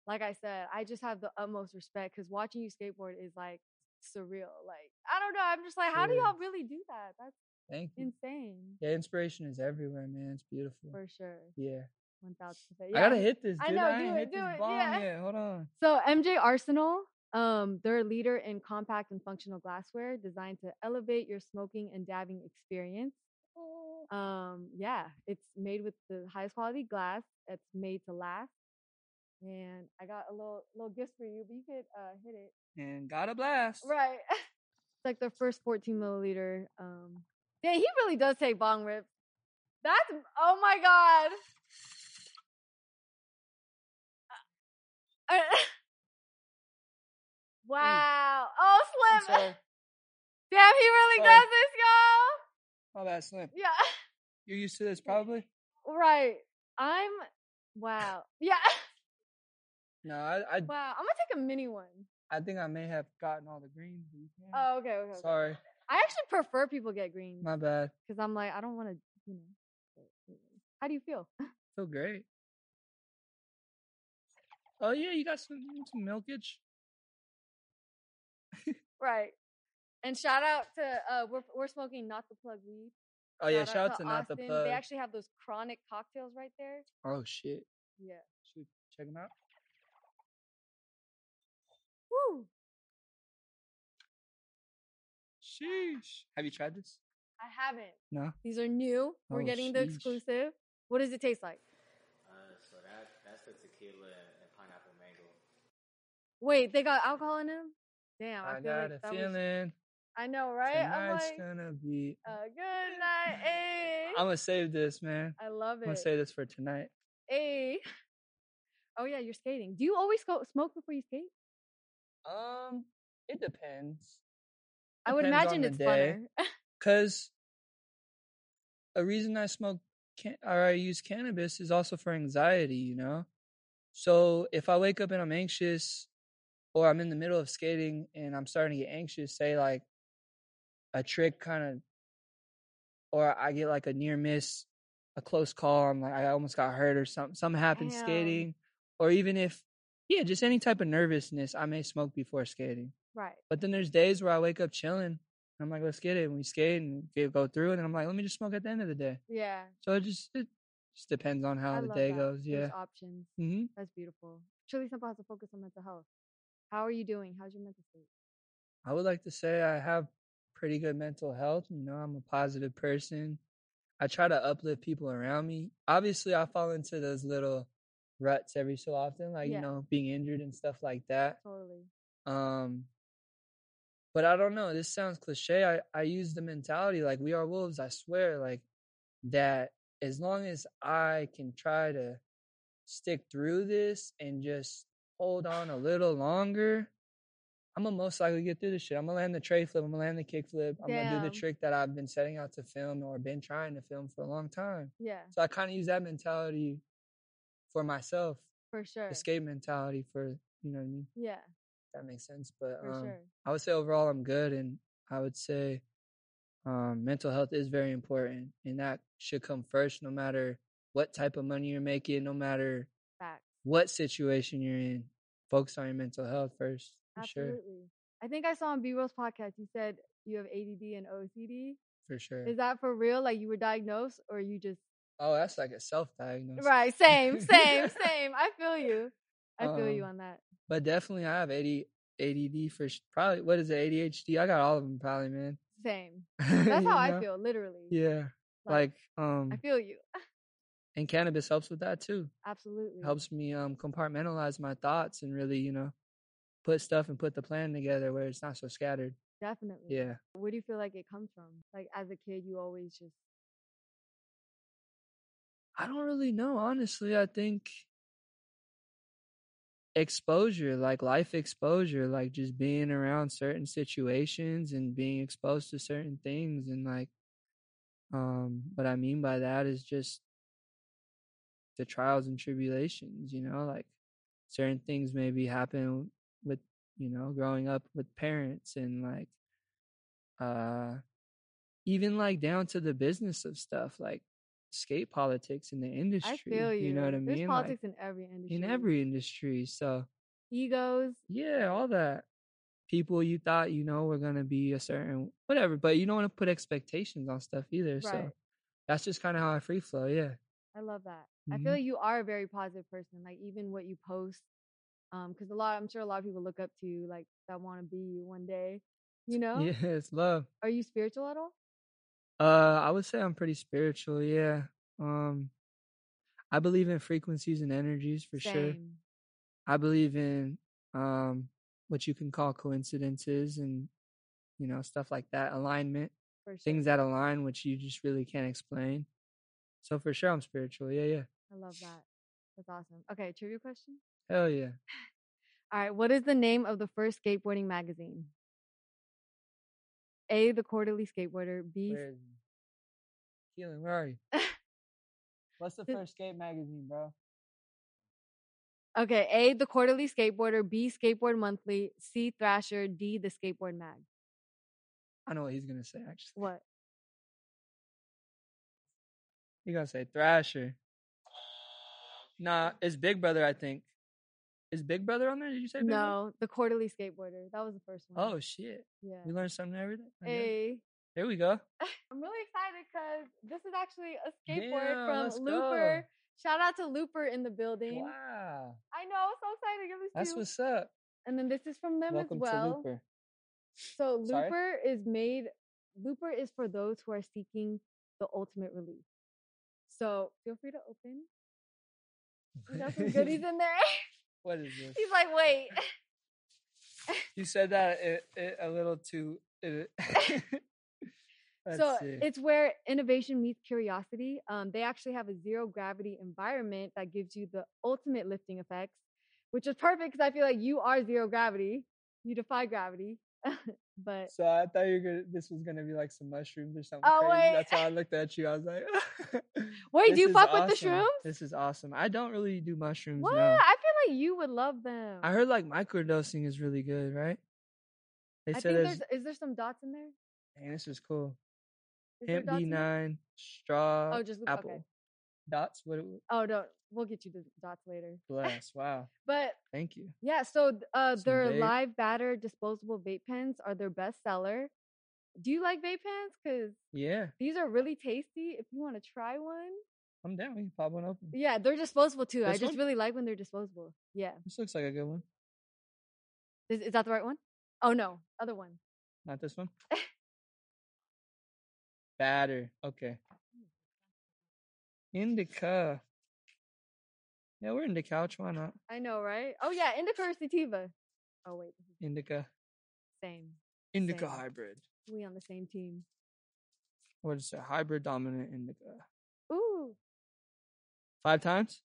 like I said, I just have the utmost respect because watching you skateboard is like surreal. Like I don't know. I'm just like, how do
Yeah.
y'all really do that? That's
thank you.
insane
Yeah, inspiration is everywhere, man. It's beautiful.
for sure.
Yeah.
One thousand percent.
I gotta hit this.
I
Dude. I,
know, do
ain't
it,
hit
do
this
it,
bomb
yeah.
yet. Hold on.
So MJ Arsenal, um, they're a leader in compact and functional glassware designed to elevate your smoking and dabbing experience. Um, yeah, it's made with the highest quality glass. It's made to last. And I got a little little gift for you, but you could uh, hit it.
And got a blast. <laughs>
Right. it's like their first 14 milliliter. Um, yeah, he really does take bong rips. That's oh my god. Uh, <laughs>
Mm.
wow. Oh,
I'm
Slim.
sorry.
<laughs> Damn, he really
Sorry.
does this, y'all.
Oh, that's slim.
Yeah. <laughs>
You're used to this, probably.
Right. I'm wow. Yeah. <laughs>
No, I, I,
Wow. I'm gonna take a mini one.
I think I may have gotten all the greens. but you can't.
Oh, okay, okay. okay.
Mm. Sorry,
I actually prefer people get greens
my bad.
because I'm like, I don't want to, you know. but anyway. How do you feel?
Feel great. Oh yeah, you got some some milkage.
Right. And shout out to uh, we're we're smoking not the plug weed.
Oh yeah, shout out to Not the
Austin.
Plug.
They actually have those chronic cocktails right there.
oh shit,
Yeah.
should we check them out?
Woo!
Sheesh. Have you tried this?
I haven't.
No.
These are new. We're
Oh,
getting the
sheesh.
exclusive. What does it taste like?
Uh, so that that's the tequila and, and pineapple mango.
Wait, they got alcohol in them? Damn, I,
I,
feel
got
like
a
that was-
feeling
I know, right? I'm
tonight's
like,
gonna be.
uh, good night, eh?
I'm gonna save this, man.
I love
I'm gonna
it.
save this for tonight.
Hey. <laughs> Oh yeah, you're skating. Do you always go smoke before you skate?
Um, it depends.
I would
Depends on
imagine
the
it's
day.
funner. <laughs>
Cause a reason I smoke can- or I use cannabis is also for anxiety, you know. So if I wake up and I'm anxious, or I'm in the middle of skating and I'm starting to get anxious, say like a trick kind of, or I get like a near miss, a close call, I'm like I almost got hurt or something. Something happened
Damn.
skating, or even if yeah, just any type of nervousness, I may smoke before skating.
right.
But then there's days where I wake up chilling. And I'm like, let's get it. And we skate and we go through. And I'm like, let me just smoke at the end of the day.
Yeah.
So it just it just depends on how
I
the
love
day
that.
goes. Yeah.
There's options.
hmm
That's beautiful. Truly Simple has a focus on mental health. How are you doing? How's your mental state?
I would like to say I have pretty good mental health. You know, I'm a positive person. I try to uplift people around me. Obviously, I fall into those little ruts every so often, like
Yeah.
you know, being injured and stuff like that.
Totally.
Um, but I don't know. This sounds cliche. I, I use the mentality like we are wolves. I swear, like that. As long as I can try to stick through this and just hold on a little longer, I'm gonna most likely get through this shit. I'm gonna land the tray flip. I'm gonna land the kick flip. I'm gonna do
Damn.
the trick that I've been setting out to film or been trying to film for a long time.
Yeah,
So I kind of use that mentality for myself,
for sure.
escape mentality for you know what I mean.
Yeah,
If that makes sense, but
for
um,
sure.
I would say overall I'm good, and I would say um, mental health is very important, and that should come first, no matter what type of money you're making, no matter
Facts.
what situation you're in. Focus on your mental health first, for sure,
Absolutely. I think I saw on B Roll's podcast you said you have ADD and OCD.
for sure.
Is that for real? Like you were diagnosed, or you just
oh, that's like a self-diagnosis,
right? Same,
<laughs>
same, same. I feel you. I feel you
Um,
on that.
But definitely, I have AD, ADD for sh- probably what is it ADHD? I got all of them, probably, man. <laughs>
Same. That's
You
how I
know?
feel, literally.
Yeah, like um,
I feel you.
and cannabis helps with that too.
Absolutely.
helps me um compartmentalize my thoughts and really you know put stuff and put the plan together where it's not so scattered
Definitely.
yeah
Where do you feel like it comes from? Like as a kid, you always just
i don't really know honestly i think exposure like life exposure like just being around certain situations and being exposed to certain things and like um what i mean by that is just the trials and tribulations you know like certain things maybe happen with you know growing up with parents and like uh even like down to the business of stuff like skate politics in the industry
I feel you.
know what i
There's
mean Like,
politics in every industry.
in every industry so
egos.
yeah all that people you thought you know were going to be a certain whatever but you don't want to put expectations on stuff either so
Right.
that's just kind of how i free flow yeah
I love that. I feel
Mhm.
like you are a very positive person. Like even what you post, um, because a lot, I'm sure a lot of people look up to you, like that want to be you one day. You know?
<laughs> yeah it's love
Are you spiritual at all?
uh i would say i'm pretty spiritual yeah um i believe in frequencies and energies for sure
Same.
I believe in um what you can call coincidences and you know stuff like that alignment
For sure.
things that align which you just really can't explain so for sure I'm spiritual yeah yeah
I love that. That's awesome. Okay, trivia question.
hell yeah
All right, what is the name of the first skateboarding magazine? A. The Quarterly Skateboarder. B.
where is he? Keelan where are you What's the
Th-
first skate magazine, bro?
Okay, A, the quarterly skateboarder, B, skateboard monthly, C, Thrasher, D, the skateboard mag.
I know what he's gonna say. Actually,
What?
he gonna say Thrasher. Nah, it's Big Brother. I think. Is Big Brother on there? Did you say Big Brother?
No, the quarterly skateboarder. That was the first one.
Oh shit! We
yeah.
learned something every day. I guess.
Hey,
Here we go.
I'm really excited because this is actually a
Yeah,
skateboard
let's
from Looper.
go.
Shout out to Looper in the building.
Wow,
I know, I was so excited to give this
that's
to you.
what's up.
And then this is from them
Welcome
as well.
to Looper.
So
Sorry?
Looper is made Looper is for those who are seeking the ultimate relief. So feel free to open. We got some
<laughs>
goodies in there.
What is this?
He's like, wait. <laughs>
You said that it, it, a little too.
<laughs>
It, <laughs> <laughs> Let's
so
see.
it's where innovation meets curiosity. Um, they actually have a zero gravity environment that gives you the ultimate lifting effects, which is perfect because I feel like you are zero gravity. You defy gravity. <laughs> but
So I thought you were gonna, this was gonna be like some mushrooms or something
Oh,
crazy.
wait.
That's why I looked at you. I was like,
<laughs>
<laughs>
wait,
"This
do you
is
fuck with the
awesome.
shrooms?
This is awesome. I don't really do mushrooms.
What?
No.
I feel like you would love them.
I heard like microdosing is really good, right? They
I
said
think
there's,
there's is there some dots in there?
Dang, this is cool.
Is there
Hemp
dots in there?
B9, straw,
Oh, just- okay.
apple. Dots?
<laughs>
What? it-
Oh, no, we'll get you the dots later.
Bless. Wow.
But
Thank you.
yeah, so th- uh,
Some
their
vape.
live batter disposable vape pens are their best seller. Do you like vape pens? Because
Yeah,
these are really tasty. If you want to try one,
I'm down. We can pop one open.
yeah, they're disposable too. I
This
just
one?
really like when they're disposable. Yeah,
This looks like a good one.
is, is that the right one? Oh no, other one.
Not
<laughs>
this one. Batter. Okay.
Hmm.
Indica. Yeah, we're in the couch. Why not?
I know, right? Oh yeah, indica or sativa. Oh wait, this is
Indica.
the same.
Indica
Same.
hybrid.
We on the same team.
What is it? Hybrid dominant indica.
Ooh,
Five times?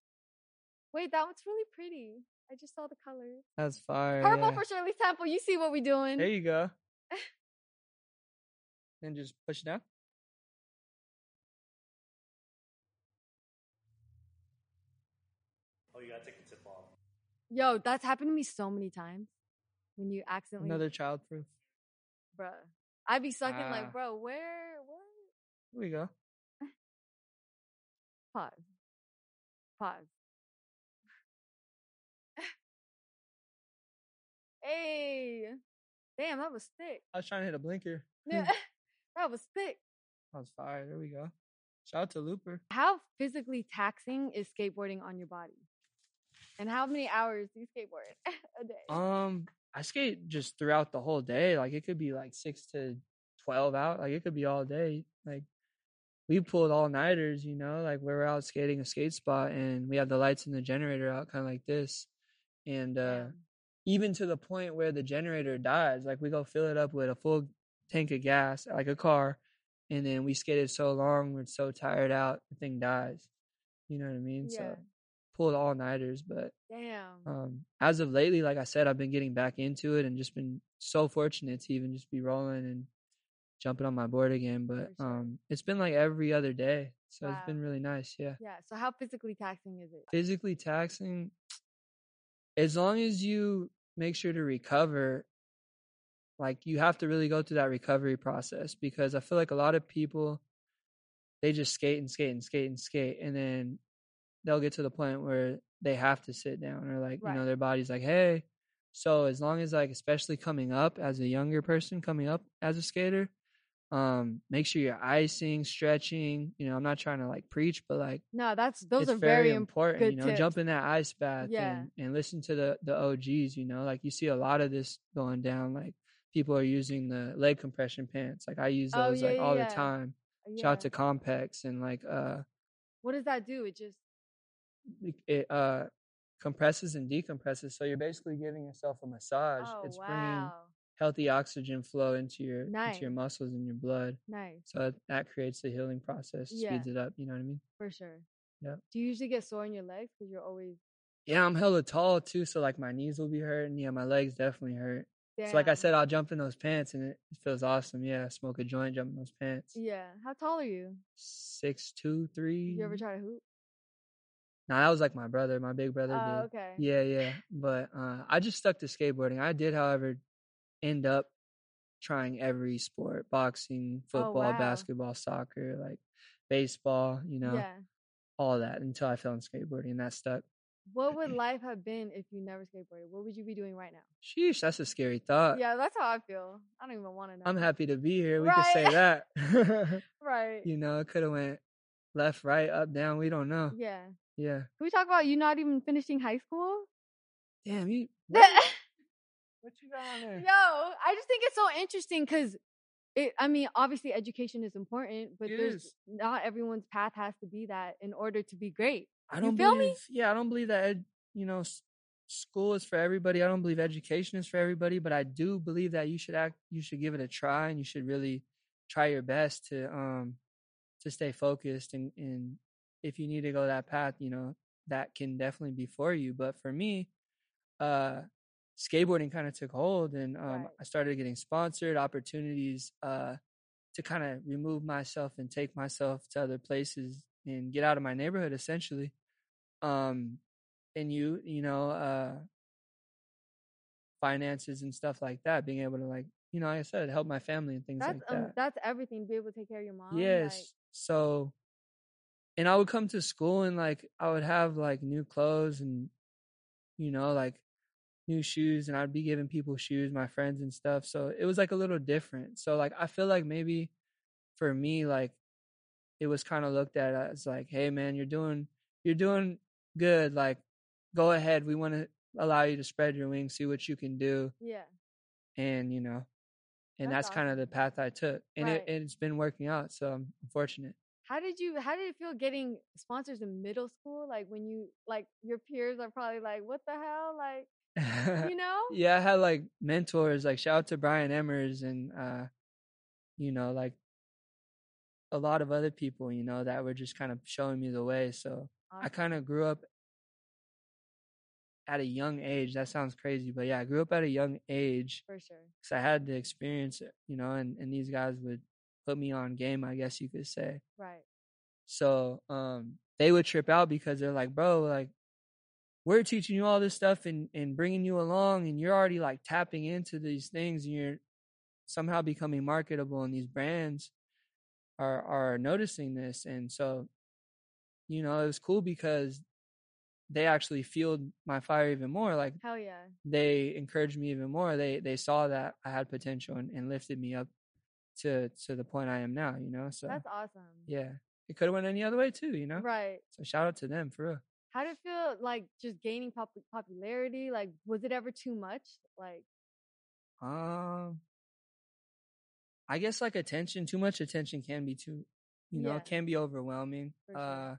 wait, that one's really pretty. I just saw the colors.
That's fire.
Purple
yeah.
for Shirley Temple. You see what we doing?
There
<laughs>
you go. then just push it down.
Oh, you gotta take the tip off.
Yo, that's happened to me so many times. When you accidentally,
Another childproof.
bruh, I be sucking
Ah.
like, bro, where, what?
There we go.
Pause, pause. <laughs> hey, damn, that was thick.
I was trying to hit a blinker. Hmm.
Yeah, <laughs> that was thick.
That was fire. There we go. Shout out to Looper.
How physically taxing is skateboarding on your body? And how many hours do you skateboard <laughs> a day?
Um, I skate just throughout the whole day. Like it could be like six to twelve out. Like it could be all day. Like we pulled all nighters. You know, like we were out skating a skate spot, and we had the lights and the generator out, kind of like this. And uh
Damn.
even to the point where the generator dies, like we go fill it up with a full tank of gas, like a car, and then we skated so long, we're so tired out, the thing dies. You know what I mean?
Yeah.
So pulled all nighters, but
Damn.
um, as of lately, like I said, I've been getting back into it and just been so fortunate to even just be rolling and jumping on my board again. But
For sure.
um, it's been like every other day, so it's been
Wow.
really nice. Yeah,
Yeah. So how physically taxing is it?
physically taxing. As long as you make sure to recover, like you have to really go through that recovery process because I feel like a lot of people they just skate and skate and skate and skate and then they'll get to the point where they have to sit down or like you know
Right.
their body's like hey so as long as like especially coming up as a younger person coming up as a skater um make sure you're icing stretching you know i'm not trying to like preach but like
No, that's those
it's
are very important.
important
good
you know
tips.
jump in that ice bath
Yeah.
and, and listen to the the og's you know like you see a lot of this going down like people are using the leg compression pants like i use
Oh,
those
yeah,
like
yeah,
all
yeah.
the time shout
Yeah.
out to compex and like uh
What does that do? It just
it- it uh compresses and decompresses so you're basically giving yourself a massage
oh
it's bringing
wow,
healthy oxygen flow into your into your
Nice.
muscles and your blood
nice
so that, that creates the healing process
Yeah.
speeds it up you know what i mean
for sure.
Yeah.
Do you usually get sore in your legs because you're always
yeah i'm hella tall too so like my knees will be hurting yeah my legs definitely hurt so like
down?
i said i'll jump in those pants and it feels awesome yeah smoke a joint jump in those pants
Yeah. How tall are you?
six two three Mm-hmm.
You ever try to hoop?
Now that was like my brother, my big brother did.
Oh, okay.
Yeah, yeah. But uh, I just stuck to skateboarding. I did, however, end up trying every sport boxing, football,
Oh, wow.
basketball, soccer, like baseball, you know,
Yeah.
all that until I fell in skateboarding and that stuck.
What
<laughs>
would life have been if you never skateboarded? What would you be doing right now?
Sheesh, that's a scary thought.
yeah, that's how I feel. I don't even want to know.
Uh I'm happy to be here. We
Right.
could say
<laughs>
that. <laughs>
Right.
you know, it could have went left, right, up, down. We don't know.
Yeah.
Yeah.
Can we talk about you not even finishing high school? <laughs>
Damn, you.
Yo,
What,
I
what you got on there?
just think it's so interesting because it I mean, obviously education is important, but
It
there's
is.
not everyone's path has to be that in order to be great.
I
You
don't
feel me?
believe. Yeah, I don't believe that. Ed, you know, s- school is for everybody. I don't believe education is for everybody, but I do believe that you should act. You should give it a try, and you should really try your best to um to stay focused. And and if you need to go that path, you know that can definitely be for you. But for me, uh, skateboarding kind of took hold, and um,
Right.
I started getting sponsored opportunities. Uh, to kind of remove myself and take myself to other places and get out of my neighborhood essentially um and you you know uh finances and stuff like that being able to like you know like i said help my family and things
That's
like that
um, that's everything. Be able to take care of your mom. like-
yes so and i would come to school and like i would have like new clothes and you know like new shoes and i'd be giving people shoes my friends and stuff so it was like a little different so like i feel like maybe for me like it was kind of looked at as like hey man you're doing you're doing good like go ahead we want to allow you to spread your wings see what you can do
yeah.
and you know and
That's
that's, kind of the
awesome.
path i took and
Right.
it, and it's been working out so i'm fortunate
How did you? How did it feel getting sponsors in middle school? Like when you like your peers are probably like, "What the hell?" Like you know.
<laughs> yeah, I had like mentors. Like shout out to Brian Emmers and uh, you know, like a lot of other people, you know, that were just kind of showing me the way. So I
Awesome.
kind of grew up at a young age. That sounds crazy, but yeah, I grew up at a young age
For sure.
because I had the experience, you know, and and these guys would put me on game, I guess you could say.
Right.
So um, they would trip out because they're like, bro, like we're teaching you all this stuff and, and bringing you along, and you're already like tapping into these things, and you're somehow becoming marketable, and these brands are are noticing this, and so you know it was cool because they actually fueled my fire even more. Like
Hell yeah.
they encouraged me even more. They they saw that I had potential and, and lifted me up to to the point I am now. You know, so
That's awesome.
yeah, it could have went any other way too. You know,
Right.
so shout out to them for real.
How did it feel like just gaining pop- popularity? Like, was it ever too much? Like,
Um, I guess like attention, too much attention can be too, you know,
Yeah.
can be overwhelming.
For sure.
Uh,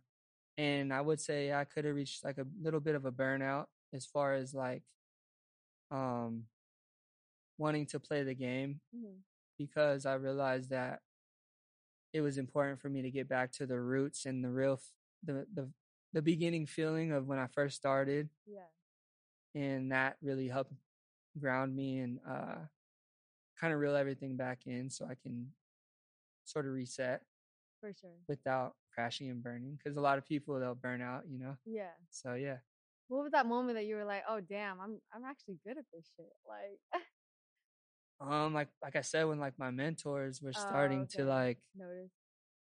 and I would say I could have reached like a little bit of a burnout as far as like, um, wanting to play the game
mhm,
because I realized that it was important for me to get back to the roots and the real, f- the the the beginning feeling of when I first started,
yeah.
and that really helped ground me and uh kind of reel everything back in so I can sort of reset
For sure.
without crashing and burning because a lot of people they'll burn out, you know.
Yeah.
So yeah.
What was that moment that you were like, "Oh damn, I'm I'm actually good at this shit." Like, <laughs>
Um like like I said when like my mentors were starting
Oh,
to
okay.
like
notice.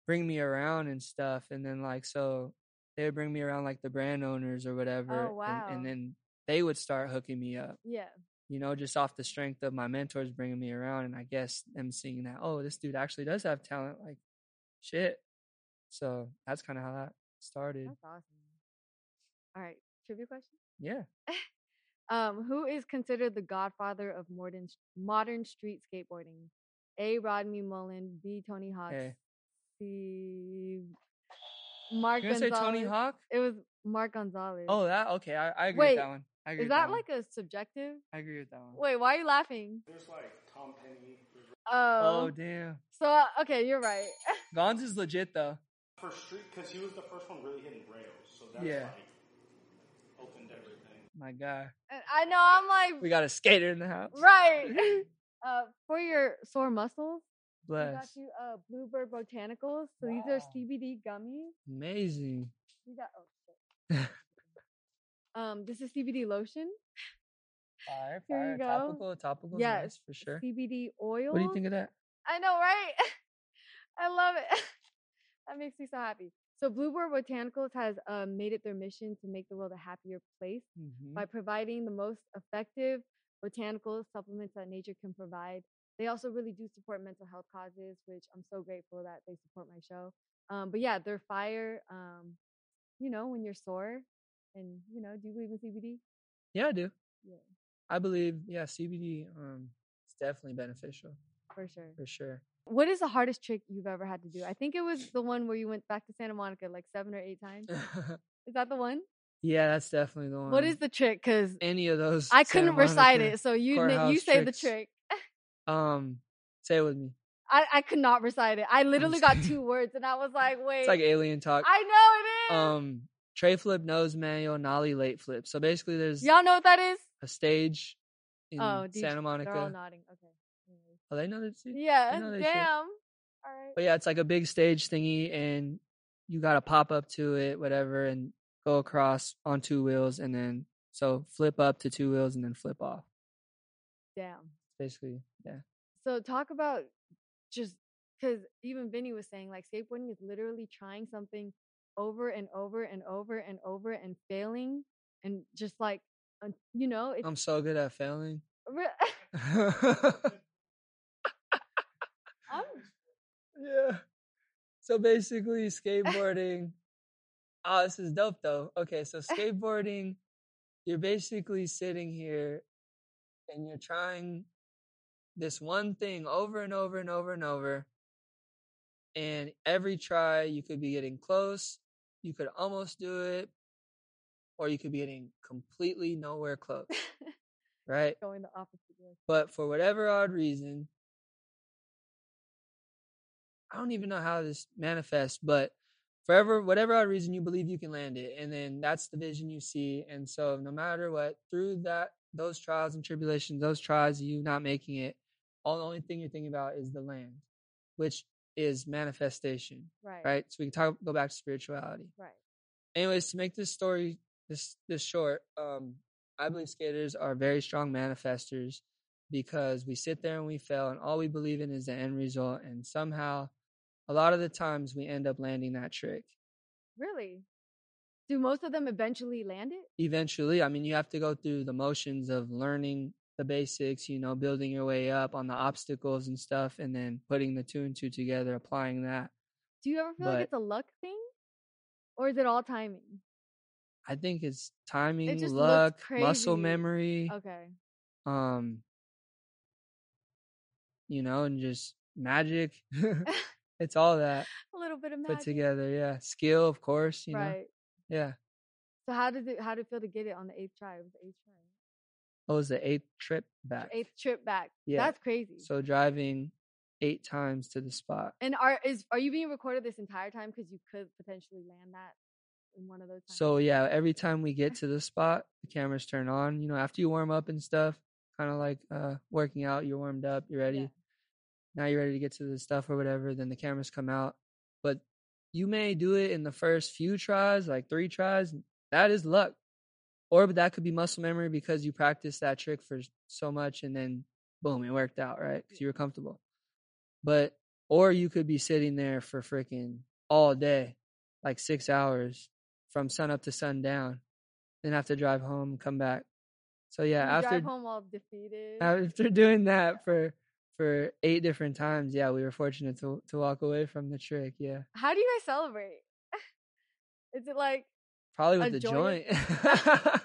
bring me around and stuff and then like so they would bring me around like the brand owners or whatever
Oh,
and,
wow.
and then they would start hooking me up,
Yeah.
you know, just off the strength of my mentors bringing me around and I guess them seeing that, oh, this dude actually does have talent like shit. So that's kind of how that started.
That's awesome. All right. Trivia question.
Yeah.
Um, who is considered the godfather of modern modern street skateboarding? A. Rodney Mullen. B. Tony Hawk.
Hey.
C. Mark
You're gonna say
Gonzalez.
Tony
<laughs>
Hawk?
It was Mark Gonzalez.
Oh, that okay. I, I agree
Wait,
with that one. I
Is
agree with
that
one.
like a subjective?
I agree with that one.
Wait, why are you laughing?
There's like Tom Penny.
Oh,
Oh damn,
so uh, okay, you're right. <laughs>
Gonz is legit though.
For street, because he was the first one really hitting rails, so that's
Yeah.
like opened everything.
My God,
And I know I'm like
we got a skater in the house. <laughs>
right. <laughs> Uh, for your sore muscles, we got
Bless,
you uh, Bluebird Botanicals. So these are
Wow.
CBD gummies.
amazing.
You got oh shit.
<laughs>
Um, this is CBD lotion.
Fire,
Here
fire.
you go.
Topical, topical.
Yes,
Nice, for sure.
CBD oil.
What do you think of that?
I know, right? <laughs> I love it. <laughs> that makes me so happy. So Bluebird Botanicals has um, made it their mission to make the world a happier place
Mhm.
by providing the most effective botanical supplements that nature can provide. They also really do support mental health causes, which I'm so grateful that they support my show. Um, but yeah, they're fire. Um, you know, when you're sore, and you know, do you believe in CBD?
Yeah, I do.
Yeah,
I believe, yeah, CBD um, is definitely beneficial
for sure.
for sure. <laughs>
What is the hardest trick you've ever had to do? I think it was the one where you went back to Santa Monica like seven or eight times. Is that the one?
yeah, that's definitely the Uh, one.
What is the trick? Because
any of those? <laughs>
I
Santa
couldn't recite
Monica-
it, so you kn- you
courthouse
say the
tricks.
trick.
Um, say it with me.
I, I could not recite it.
<laughs>
I literally
just
got
kidding.
two words, and I was like, wait.
It's like alien talk.
I know it is.
um, tray flip, nose manual, nollie, late flip. So basically, there's
Y'all know what that is?
a stage in
oh, DJ
Santa Monica.
They're all nodding. Okay. Anyways.
oh, they know that. see?
Yeah.
know that shit.
damn. All right.
But yeah, it's like a big stage thingy, and you got to pop up to it, whatever, and go across on two wheels, and then so flip up to two wheels, and then flip off.
Damn.
Basically, yeah.
So talk about just because even Vinny was saying like skateboarding is literally trying something over and over and over and over and failing and just like un- you know it's
I'm so good at failing.
re- <laughs>
yeah.
I'm, <laughs>
So basically, skateboarding. oh, this is dope though. Okay, so skateboarding, you're basically sitting here and you're trying this one thing over and over and over and over. And every try, you could be getting close, you could almost do it, or you could be getting completely nowhere close, right?
going the opposite direction.
but for whatever odd reason, I don't even know how this manifests, but forever, whatever odd reason, you believe you can land it, and then that's the vision you see. And so, no matter what, through that, those trials and tribulations, those tries, you not making it, all the only thing you're thinking about is the land, which is manifestation,
Right.
right? So we can talk, go back to spirituality
Right.
anyways to make this story this this short um i believe skaters are very strong manifestors because we sit there and we fail and all we believe in is the end result and somehow a lot of the times we end up landing that trick
Really? Do most of them eventually land it?
eventually i mean you have to go through the motions of learning the basics you know building your way up on the obstacles and stuff and then putting the two and two together applying that
Do you ever feel like
But-
it's a luck thing? Or is it all timing?
i think it's timing
just looks
luck muscle
crazy.
memory
Okay.
um you know and just
<laughs>
magic <laughs> it's all that
A little bit of magic.
put together yeah skill of course you know
Right.
yeah
So how did it how did it feel to get it on the eighth try? It was the eighth try.
what was the eighth trip back
Eighth trip back.
Yeah.
That's crazy.
so driving eight times to the spot
and are is are you being recorded this entire time because you could potentially land that in one of those times?
so yeah every time we get to the spot the cameras turn on you know after you warm up and stuff kind of like uh working out you're warmed up you're ready
Yeah.
now you're ready to get to the stuff or whatever, then the cameras come out. But you may do it in the first few tries, like three tries. That is luck. Or but that could be muscle memory because you practiced that trick for so much and then boom, it worked out, right? Because you were comfortable. But or you could be sitting there for freaking all day, like six hours from sun up to sundown, then have to drive home, come back. So yeah,
you
after
drive
<laughs>
home all defeated.
after doing that for for eight different times yeah we were fortunate to to walk away from the trick yeah
how do you guys celebrate? <laughs> is it like
probably with
A
the
joint?
joint, <laughs> Yeah, 'cause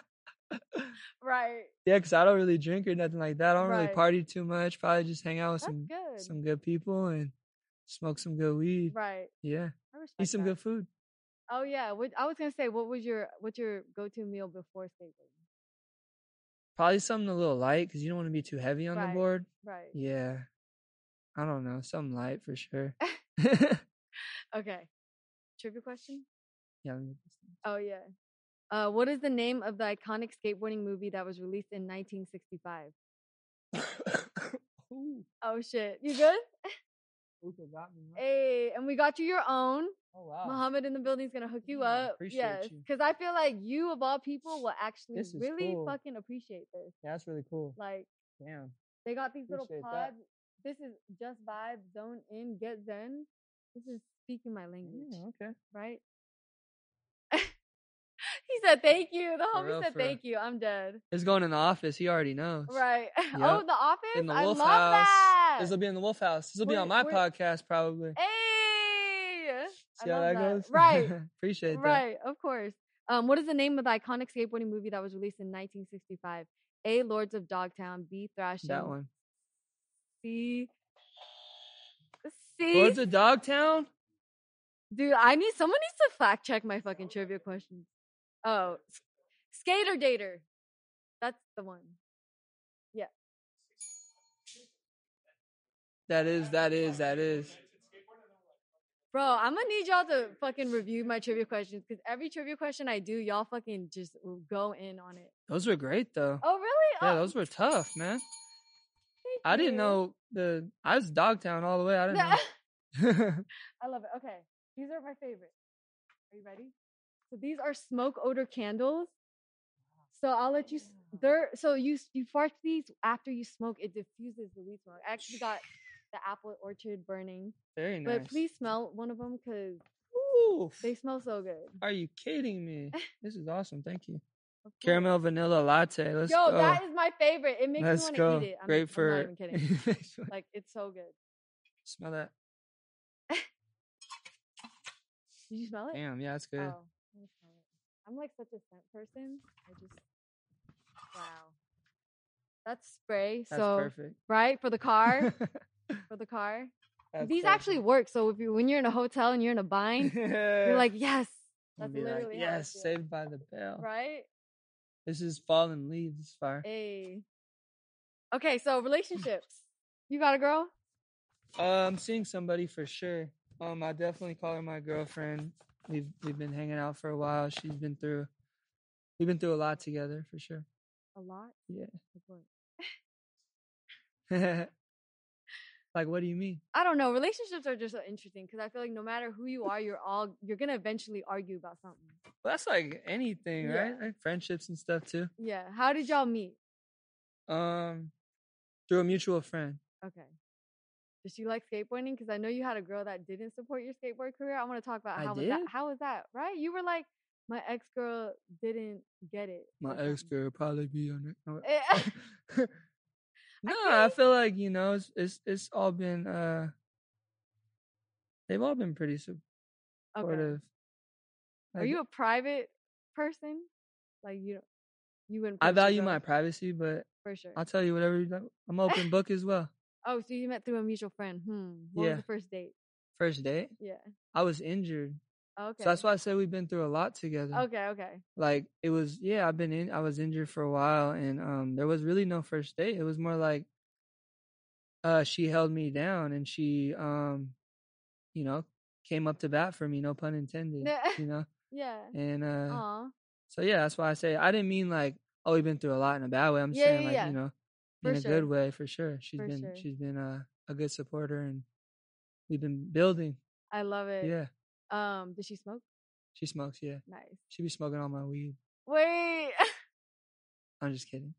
right?
yeah because i don't really drink or nothing like that i don't
Right.
really party too much probably just hang out with
That's
some
good.
some good people and smoke some good weed
Right.
yeah
I respect
eat some
that.
good food
Oh yeah, what, I was gonna say, what was your what's your go to meal before skateboarding?
probably something a little light because you don't want to be too heavy on
Right.
the board
Right.
yeah i don't know something light for
<laughs>
sure <laughs>
Okay. Trivia question.
yeah let me-
Oh yeah. Uh, what is the name of the iconic skateboarding movie that was released in 1965?
Ooh.
<coughs>
<laughs>
Oh shit, you good?
Uka got me. huh?
Hey, and we got you your own.
Oh wow.
Muhammad in the building's gonna hook you
Yeah,
up.
appreciate
Yes,
you.
because I feel like you of all people will actually
This is
really
cool.
fucking appreciate this.
Yeah, that's really cool.
Like
Damn.
they got these little
Appreciate that.
pods. This is just vibe, zone in, get zen. This is speaking my language,
Yeah, okay.
right? <laughs> he said thank you. The
For
homie
real,
said
for-
thank you. I'm
<laughs>
dead.
It's going in the office. He already knows.
Right. <laughs> Oh,
Yep.
the office.
In the
I
Wolf
love
House.
that.
This will be in the Wolf House. This will be
We're-
on my
we're-
podcast probably.
hey.
See
I
how
love
that goes?
Right.
<laughs> Appreciate that.
Right, of course. Um, what is the name of the iconic skateboarding movie that was released in 1965? A. Lords of Dogtown. B. Thrashing.
That one.
C. C.
Lords of Dogtown?
Dude, I need someone needs to fact check my fucking trivia questions. Oh, s- skater dater. That's the one.
That is, that is, that is.
Bro, I'm gonna need y'all to fucking review my trivia questions because every trivia question I do, y'all fucking just go in on it.
Those were great though.
Oh, really?
Yeah,
oh,
those were tough, man.
thank
I didn't
you.
know the I was Dogtown all the way.
<laughs>
I didn't know. <laughs>
I love it. Okay. These are my favorite. Are you ready? So these are smoke odor candles. So I'll let you s- they're so you s- you fart these after you smoke, it diffuses the weed smoke. I actually
<sighs>
got the apple orchard burning.
Very nice.
But please smell one of them because
Ooh,
they smell so good.
are you
<laughs>
kidding me? This is awesome. Thank you.
Of course.
Caramel vanilla latte. Let's
Yo,
go.
that is my favorite. It makes
oh. Let's
me
go.
want to eat it. I'm,
Great
I'm
for
not even kidding.
<laughs>
Like it's so good.
smell that.
Did you smell it?
Damn, yeah, that's good.
Oh, let me smell it. I'm like such a scent person. I just wow. That's spray.
That's
so
perfect.
right for the
<laughs>
car,
That's
for the car. These
perfect.
actually work. So if you when you're in a hotel and you're in a
<laughs>
bind, you're like yes,
You'll
that's
be like,
literally how I
yes,
feel."
saved by the bell.
right?
This is fallen leaves fire.
Hey. Okay, so relationships.
<laughs>
You got a girl?
Uh, I'm seeing somebody for sure. Um, I definitely call her my girlfriend. We've we've been hanging out for a while. She's been through, we've been through a lot together for sure. <laughs>
A lot.
Yeah.
Like what?
like, what do you mean?
I don't know. Relationships are just so interesting because I feel like no matter who you are, you're all you're gonna eventually argue about something.
Well, that's like anything,
Yeah.
right? Like friendships and stuff too.
Yeah. How did y'all meet?
Um, through a mutual friend.
Okay. Does she like skateboarding? Because I know you had a girl that didn't support your skateboard career. I want to talk about
I
how was that?
did?
How was that? Right? You were like, my ex girl didn't get it.
My
or
ex
something.
girl would probably be on it. <laughs> No,
<laughs> Eh,
no, I feel like you know it's it's, it's all been uh, they've all been pretty
okay.
supportive.
Are
Like,
you a private person? Like you, don't- you wouldn't.
I
approach your
value my
girl?
privacy, but
for sure.
I'll tell you whatever you do. I'm open book as well.
Oh, so you met through a mutual friend. Hmm. What
Yeah.
was the first date?
First date,
Yeah.
I was injured,
Okay.
so that's why I said we've been through a lot together.
Okay. Okay.
<laughs>
<laughs>
Like it was, yeah, I've been in. I was injured for a while, and um, there was really no first date. It was more like, uh, she held me down, and she um, you know, came up to bat for me. No pun intended. you know,
Yeah.
and uh,
Aw.
so yeah, that's why I say I didn't mean like oh we've been through a lot in a bad way. I'm
Yeah,
saying
yeah,
like
yeah.
you know
For
in a
sure.
good way for sure. She's
For
been
sure.
she's been a a good supporter and we've been building.
I love it.
Yeah,
Um. Did she smoke?
she smokes. Yeah,
Nice.
she be smoking all my weed.
Wait. <laughs>
I'm just kidding.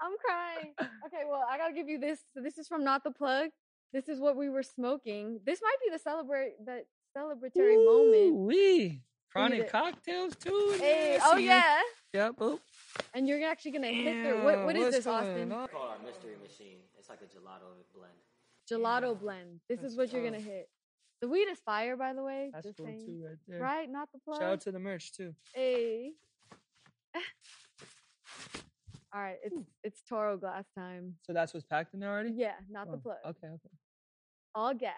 I'm crying. Okay, well, I gotta give you this. So this is from Not the Plug. This is what we were smoking. This might be the celebrate the celebratory moment.
We chronic
it.
cocktails too. in
Hey,
there.
oh
See ya.
yeah.
Yeah. Boop.
And you're actually gonna hit through. What, what
oh, Damn,
is this,
what's
Austin?
going on?
It's called our mystery machine. It's like a gelato blend.
Gelato blend. This is
That's
what you're gonna
tough.
hit. The weed is fire, by the way.
That's
just
cool
saying.
too, right there.
Right? Not the plug.
Shout out to the merch too.
hey. <laughs> All right, it's it's Toro glass time.
So that's what's packed in there already.
Yeah, not the
Oh,
plug.
Okay. Okay.
All gas,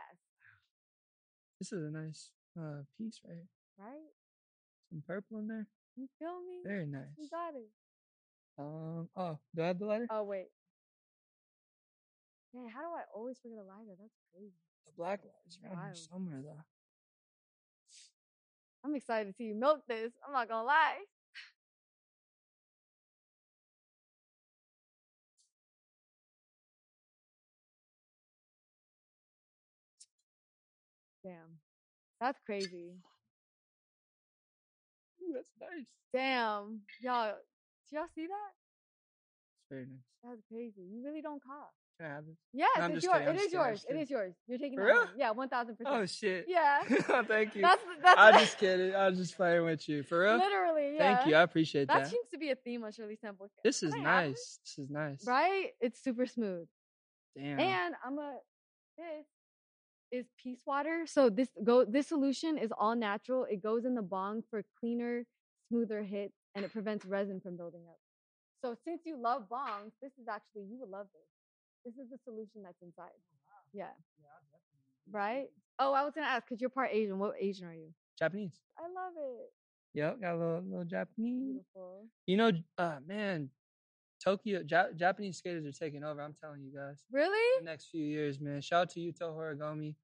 This is a nice uh piece right here.
right?
Some purple in there.
You feel me?
Very nice.
You got it.
Um. Oh, do I have the lighter?
Oh wait. Man, how do I always forget a lighter? That's crazy.
the black light's around here
wild.
somewhere though.
I'm excited to see you milk this. I'm not gonna lie. That's crazy.
Ooh, that's nice. It's
Damn. Y'all, did y'all see that?
very nice.
That's crazy. You really don't cough.
Can I have it?
Yes,
I'm
it's
just
yours.
kidding, I'm
It
just
is
kidding, I'm
yours.
just
It
kidding.
is yours. You're taking
For
that home.
real?
Yeah, one thousand
Oh
percent.
shit.
Yeah.
<laughs> Thank you.
That's that's <laughs>
I'm just kidding. I'm just playing with you. For real?
literally. Yeah.
Thank you. I appreciate
That
that.
seems to be a theme on Shirley Temple.
This
Can
is
I have one?
nice. This is nice.
Right? It's super smooth.
Damn.
And I'm a this is peace water. So this go this solution is all natural. It goes in the bong for cleaner, smoother hits, and it prevents resin from building up. So since you love bongs, this is actually you would love this. This is the solution that's inside. Oh, Yeah. Right? Oh, I was gonna ask because you're part Asian. What Asian are you?
Japanese.
I love it.
Yep, got a little, little Japanese.
Beautiful.
You know, uh, man, Tokyo ja- Japanese skaters are taking over. I'm telling you guys, the
Really?
next few years, man. Shout out to
<laughs>
Yuto Horigami.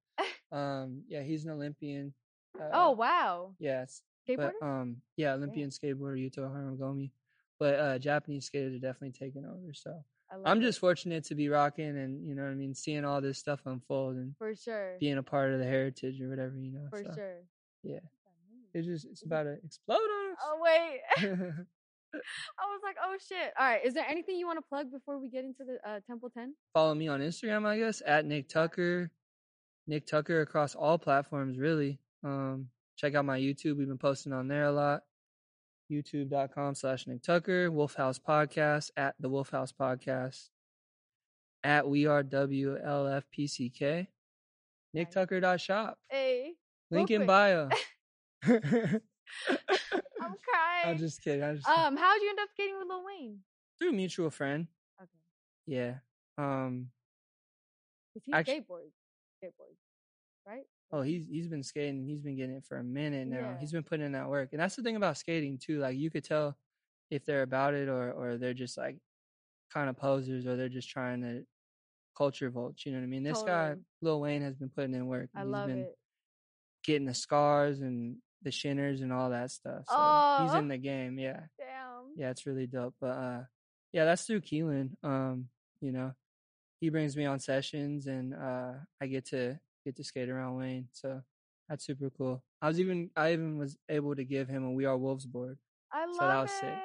Um, yeah, he's an Olympian. Uh,
Oh wow.
yes,
Skateboarder?
but um, yeah, Olympian skateboarder Yuto Horigami. But uh, Japanese skaters are definitely taking over. So
I love
I'm
it.
just fortunate to be rocking, and you know, what I mean, seeing all this stuff unfold and
for sure.
being a part of the heritage or whatever, you know.
for
so
sure.
yeah,
Japanese.
it's just it's about to explode on us.
Oh wait. <laughs>
<laughs> Follow
I was like, oh shit. All right. Is there anything you want to plug before we get into the uh, Temple 10?
me on Instagram, I guess, at Nick Tucker. Nick Tucker across all platforms, really. Um, check out my YouTube. We've been posting on there a lot. YouTube.com slash Nick Tucker, Wolf House Podcast, at the Wolf House Podcast, at We Are WLFPCK,
Nice.
NickTucker.shop,
Hey, real
link in
quick. <laughs>
bio. <laughs>
I'm
I'm
crying.
just kidding. I'm just kidding.
um, how'd you end up skating with Lil Wayne?
through a mutual friend.
Okay.
Yeah. Um,
'Cause he
Actu-
skateboards. Skateboards. Right?
Oh, he's he's been skating. He's been getting it for a minute now.
Yeah.
He's been putting in that work, and that's the thing about skating too. Like you could tell if they're about it or or they're just like kind of posers or they're just trying to culture vulture. You know what I mean? This guy
Totally.
Lil Wayne has been putting in work.
I
and
love
been
it.
Getting the scars and the shinners and all that stuff. So he's
Oh.
in the game. Yeah,
Damn.
yeah, it's really dope. But uh, yeah, that's through Keelan. Um, you know, he brings me on sessions and uh I get to get to skate around Wayne. So that's super cool. I was even I even was able to give him a We Are Wolves board.
I love
So that was
it.
sick.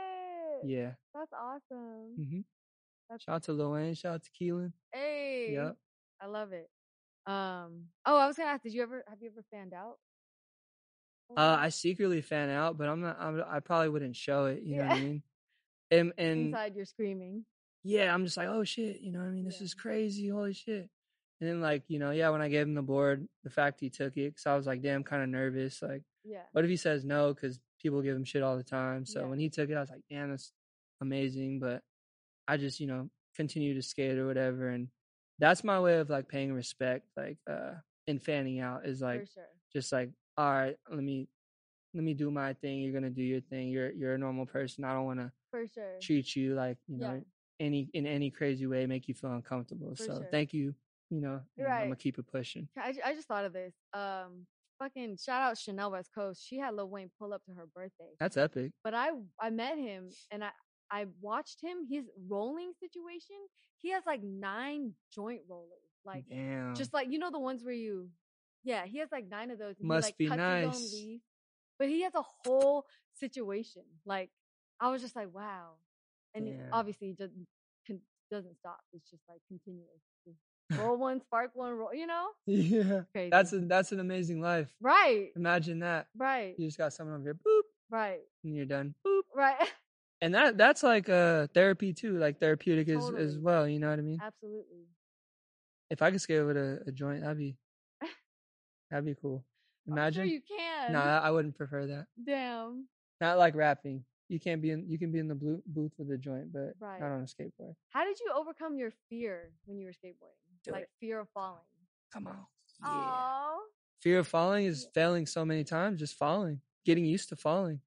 Yeah.
That's awesome.
hmm
That's
Shout out to Lil Wayne. Shout out to Keelan.
Hey.
Yep.
I love it. Um, oh, I was gonna ask, did you ever have you ever fanned out?
Uh, I secretly fan out, but I'm not. I'm, I probably wouldn't show it. You know what I
Yeah.
mean?
<laughs>
And and
inside you're screaming.
yeah, I'm just like, oh shit, you know what I mean? This
Yeah.
is crazy, holy shit. And then like, you know, yeah, when I gave him the board, the fact he took it, because I was like, damn, kind of nervous. Like,
Yeah.
what if he says no? Because people give him shit all the time. So
Yeah.
when he took it, I was like, damn, that's amazing. But I just, you know, continue to skate or whatever. And that's my way of like paying respect, like, uh, and fanning out is like,
for sure.
just like, all right, let me, let me do my thing. You're going to do your thing. You're, you're a normal person. I don't want to
For sure.
treat you like, you know,
Yeah.
any, in any crazy way, make you feel uncomfortable.
For
so
sure.
thank you. You know, and I'm
Right.
going to keep it pushing.
I, ju- I just thought of this. Um, fucking shout out Chanel West Coast. She had Lil Wayne pull up to her birthday.
That's epic.
But I I met him and I I watched him. His rolling situation. He has like nine joint rollers. Like
Damn.
just like you know the ones where you, yeah. He has like nine of those. and he,
Must
like,
be
cuts his own
nice.
leaf. But he has a whole situation. Like I was just like wow, and he-
Damn.
obviously he just con- doesn't stop. It's just like continuous.
<laughs>
Just roll one, spark one, roll. You know.
<laughs>
<laughs>
yeah.
Crazy.
That's a, that's an amazing life.
Right,
Imagine that.
right,
You just got someone over here, boop,
right,
and you're done, boop.
right. <laughs>
And that that's like uh therapy too, like therapeutic is as
Totally.
well. You know what I mean?
Absolutely.
If I could skate with a, a joint,
<laughs>
that'd be that'd be cool. Imagine.
I'm sure you can.
no, I I wouldn't prefer that.
Damn.
Not like rapping. You can't be in you can be in the blue, booth with a joint, but
Right.
not on a skateboard.
How did you overcome your fear when you were skateboarding?
Do
like
it.
fear of falling.
Come on.
Oh,
fear of falling is failing so many times just falling getting used to falling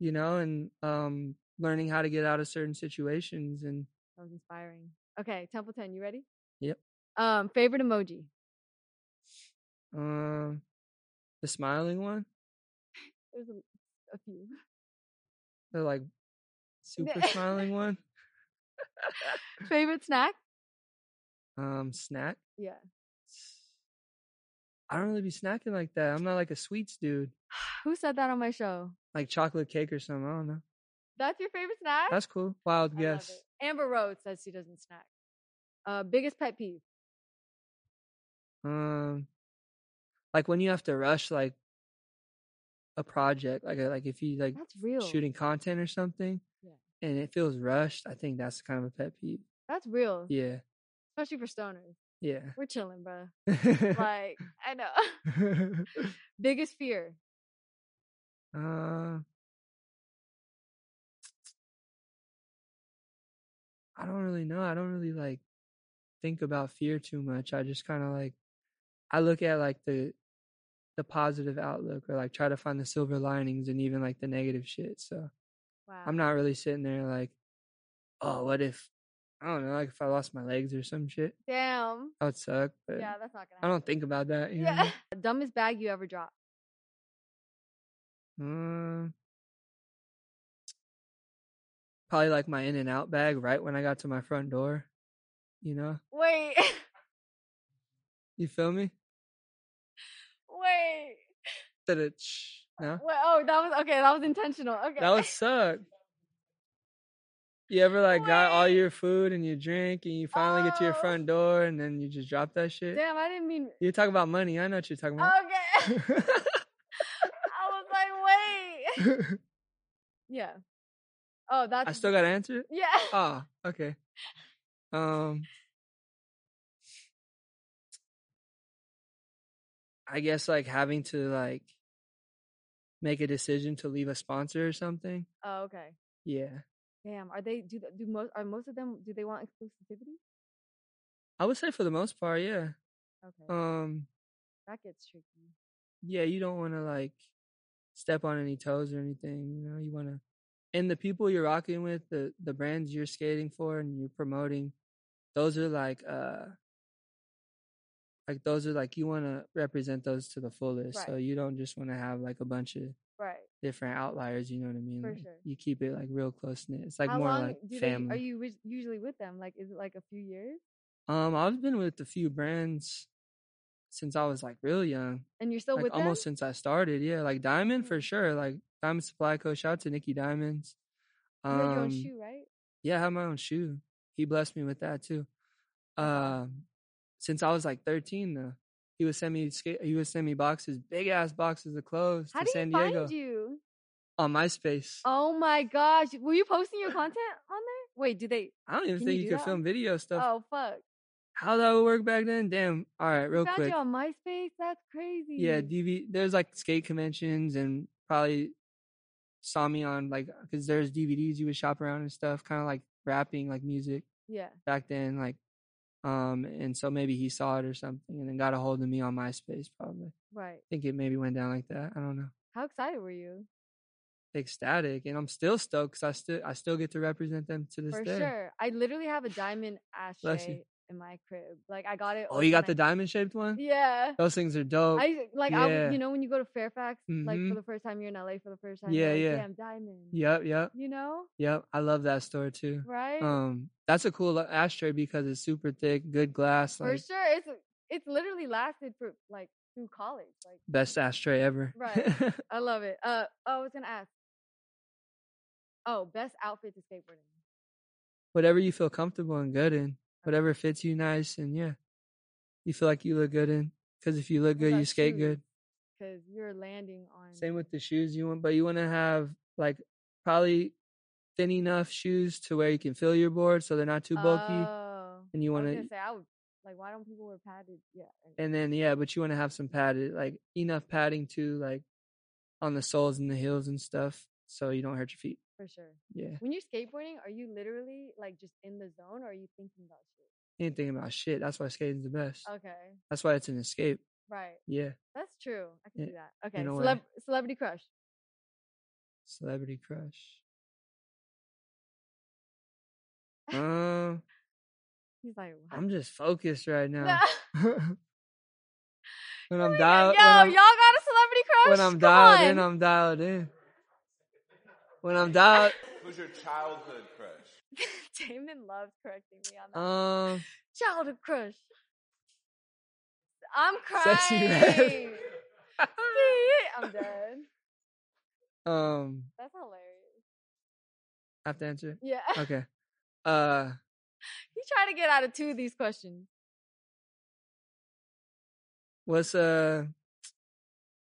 you know and um learning how to get out of certain situations and
That was inspiring. Okay, Temple 10, you ready?
Yep.
Um, favorite emoji.
um the smiling one
There's a, a few. <laughs>
the like super smiling one
favorite snack?
um snack
Yeah.
I don't really be snacking like that. I'm not like a sweets dude,
Who said that on my show?
like chocolate cake or something. I don't know.
That's your favorite snack?
That's cool. Wild
I love
guess.
it. Amber Rose says she doesn't snack. Uh, biggest pet peeve.
Um, like when you have to rush like a project, like a, like if you like
That's real.
shooting content or something,
Yeah.
and it feels rushed. I think that's kind of a pet peeve.
That's real.
Yeah,
Especially for stoners.
yeah.
We're chilling,
<laughs>
bro. Like, I know. <laughs> biggest fear.
uh, I don't really know. I don't really like think about fear too much. I just kind of like I look at like the the positive outlook or like try to find the silver linings and even like the negative shit. So
Wow.
I'm not really sitting there like, oh, what if I don't know, like if I lost my legs or some shit,
Damn.
that would suck. But
Yeah, that's not gonna happen. <laughs>
I don't think about that. You know?
Yeah. <laughs> Dumbest bag you ever dropped.
Um, probably like my in and out bag right when I got to my front door. You know,
Wait. <laughs>
you feel me?
Wait.
That it sh- no,
Wait. Oh, that was okay. That was intentional. Okay.
that
<laughs>
would suck. You ever like got all your food and your drink and you finally get to your
Oh.
front door and then you just drop that <laughs> shit?
Damn, I didn't mean.
You talk about money. I know what you're talking about.
Okay. <laughs> I was like, wait. Yeah. Oh, that's.
<laughs> I still got to answer it. <laughs>
Yeah.
Ah, okay. Um, I guess like having to like make a decision to leave a sponsor or something.
Oh, okay.
Yeah,
Damn. Are they do th- do most are most of them do they want exclusivity?
I would say for the most part, yeah.
Okay.
Um,
that gets tricky.
yeah, you don't want to like step on any toes or anything. You know, you want to, and the people you're rocking with, the the brands you're skating for and you're promoting, those are like uh, like those are like you want to represent those to the fullest. So
Right.
you don't just want to have like a bunch of
Right.
different outliers. You know what I mean?
For
Like,
sure.
You keep it like real close knit. It's like
How
more
long
like
do
family.
they are you wis- usually with them? Like, is it like a few years?
um, I've been with a few brands since I was like real young.
And you're still
like
with
almost
them?
since I started. Yeah, like Diamond for
Mm.
sure. Like Diamond Supply Co. Shout out to Nikki Diamonds.
you had your own
Um,
shoe, right?
Yeah, I have my own shoe. He blessed me with that too. Um,
That's awesome.
since I was like 13 though, he would send me skate. He would send me boxes, big ass boxes of clothes
How
to
do
San
you
Diego
find you?
on MySpace.
Oh my gosh! Were you posting your content on there? Wait, do they?
I don't even
can you
think
do
you could
that on-
film video stuff.
Oh fuck!
How that would work back then? Damn. All right,
We
real
found
quick.
you on MySpace. That's crazy.
Yeah, DV. There's like skate conventions and probably saw me on like because there's DVDs you would shop around and stuff, kind of like rapping, like music
yeah.
back then, like um. And so maybe he saw it or something, and then got a hold of me on MySpace. Probably. I
Right.
think it maybe went down like that. I don't know.
How excited were you?
Ecstatic, and I'm still stoked because I still I still get to represent them to this
For
day.
sure. I literally have a diamond ashtray
you.
in my crib. Like I got it.
Oh, you got the
overnight.
diamond shaped one.
Yeah.
Those things are dope.
I like I
yeah.
would, you know when you go to Fairfax like for
Mhm.
the first time you're in LA for the first time.
Yeah,
you're like,
yeah.
Damn diamond.
yep, yep,
You know,
yep. I love that store too.
right?
Um, that's a cool a- ashtray because it's super thick, good glass,
for
like
sure. It's it's literally lasted for like through college. Like
best ashtray ever.
Right. I love it. Uh oh, I was gonna ask. Oh, best outfit to skateboarding.
<laughs> whatever you feel comfortable and good in, whatever fits you nice, and yeah, you feel like you look good in. Because if you look good, you skate good.
Because you're landing on
Same with the shoes you want, but you want to have like probably thin enough shoes to where you can feel your board, so they're not too bulky.
Oh,
and you
I was
wanna-
gonna say I would like why don't people wear padded? Yeah. I-
and then yeah, but you want to have some padded, like enough padding too, like on the soles and the heels and stuff, so you don't hurt your feet.
For sure.
Yeah,
When you're skateboarding, are you literally like just in the zone or are you thinking about shit?
ain't thinking about shit. That's why skating's the best.
Okay.
That's why it's an escape.
Right.
Yeah,
That's true. I can
In-
see that. Okay.
in a
Celeb-
way.
celebrity crush.
celebrity crush.
<laughs>
Um.
He's like, what? <laughs>
I'm just focused right now.
No.
<laughs> when I'm
Wait,
dialed,
Yo, y'all
when I'm,
got a celebrity crush?
when I'm
Come
dialed in,
on.
I'm dialed in. When I'm dialed,
Who's your childhood crush?
<laughs> Um Damon loves correcting me on that.
um,
Childhood crush. <laughs> I'm crying.
Sexy red.
<laughs> I'm dead.
um,
That's hilarious.
I have to answer.
Yeah. <laughs>
Okay. Uh,
you try to get out of two of these questions.
what's uh,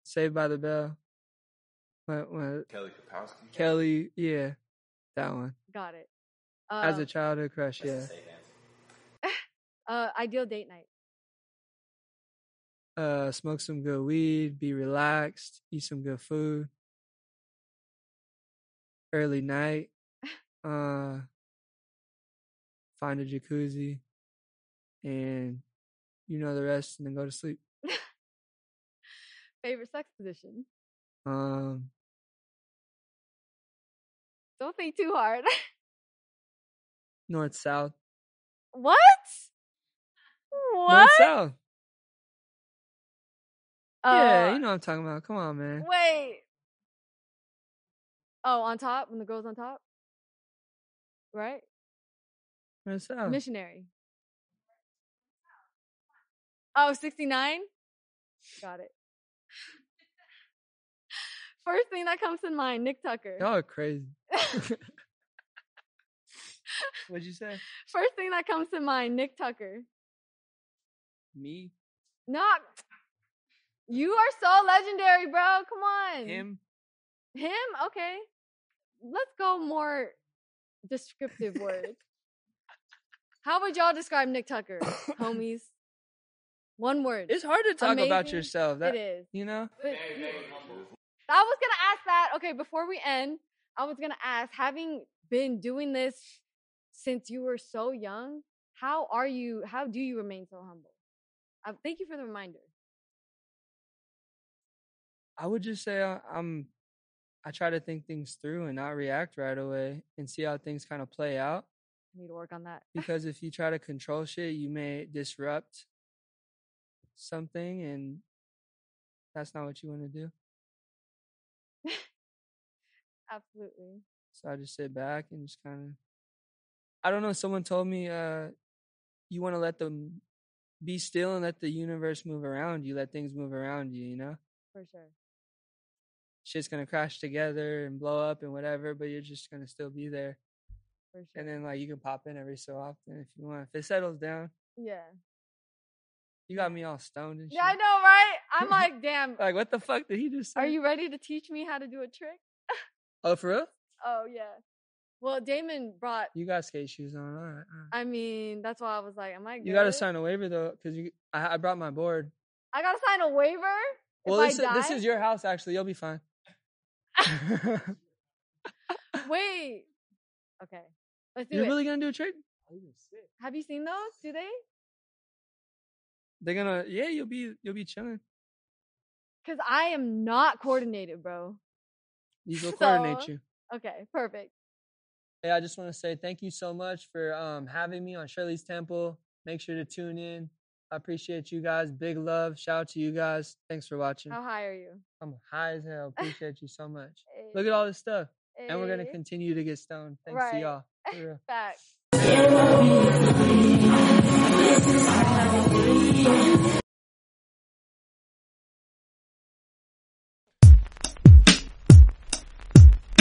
Saved by the Bell? What? What?
Kelly Kapowski.
Kelly? Yeah, that one.
Got it.
As
Uh,
a childhood crush,
That's
yeah.
a safe answer.
uh, ideal date night.
Uh, smoke some good weed, be relaxed, eat some good food. Early night. Uh, find a jacuzzi, and you know the rest, and then go to sleep.
Favorite sex position.
Um,
Don't think too hard. <laughs>
north south.
what? What?
North south. yeah,
Uh,
you know what I'm talking about. Come on, man.
Wait. Oh, on top when the girl's on top, right?
North south.
Missionary. Oh, 69? Got it. First thing that comes to mind, Nick Tucker.
Y'all are
<laughs>
crazy. <laughs> What'd you say?
First thing that comes to mind, Nick Tucker.
Me,
Not. You are so legendary, bro. Come on.
him.
Him? Okay. Let's go more descriptive words. How would y'all describe Nick <coughs> Tucker, homies? One word.
It's hard to talk about
Amazing.
yourself. That
it is.
you know.
But I was gonna ask that. Okay, before we end, I was gonna ask, having been doing this since you were so young, how are you? How do you remain so humble? Uh, thank you for the reminder.
I would just say I, I'm. I try to think things through and not react right away and see how things kind of play out.
I need to work on that.
Because if you try to control shit, you may disrupt something, and that's not what you want to do.
Absolutely.
So I just sit back and just kind of. I don't know. Someone told me, uh, you want to let them be still and let the universe move around you. Let things move around you. You know,
For sure.
shit's gonna crash together and blow up and whatever, but you're just gonna still be there.
For sure.
And then like you can pop in every so often if you want. If it settles down,
yeah.
you got me all stoned and shit.
Yeah, I know, right? <laughs> I'm like, damn.
Like what the fuck did he just say?
Are you ready to teach me how to do a trick?
Oh, for real?
Oh yeah. Well, Damon brought.
You got skate shoes on. All right. All right.
I mean, that's why I was like, am I? Good?
You gotta sign a waiver though, because you. I, I brought my board.
I gotta sign a waiver. If
Well,
I
this, is- this
die?
is your house. Actually, you'll be
<laughs>
fine. <laughs>
Wait. Okay. Let's do
You're
it.
really gonna do a trick?
Have you seen those? Do they?
They're gonna. Yeah, you'll be. You'll be chilling.
Because I am not coordinated, bro.
These
<laughs>
will
So-
coordinate you.
Okay, perfect.
Hey, I just want to say thank you so much for um, having me on Shirley's Temple. Make sure to tune in. I appreciate you guys. Big love. Shout out to you guys. Thanks for watching.
How high are you?
I'm high as hell. Appreciate you so much. Look at all this stuff. And we're going to continue to get stoned. Thanks to
Right.
y'all. For real.
back.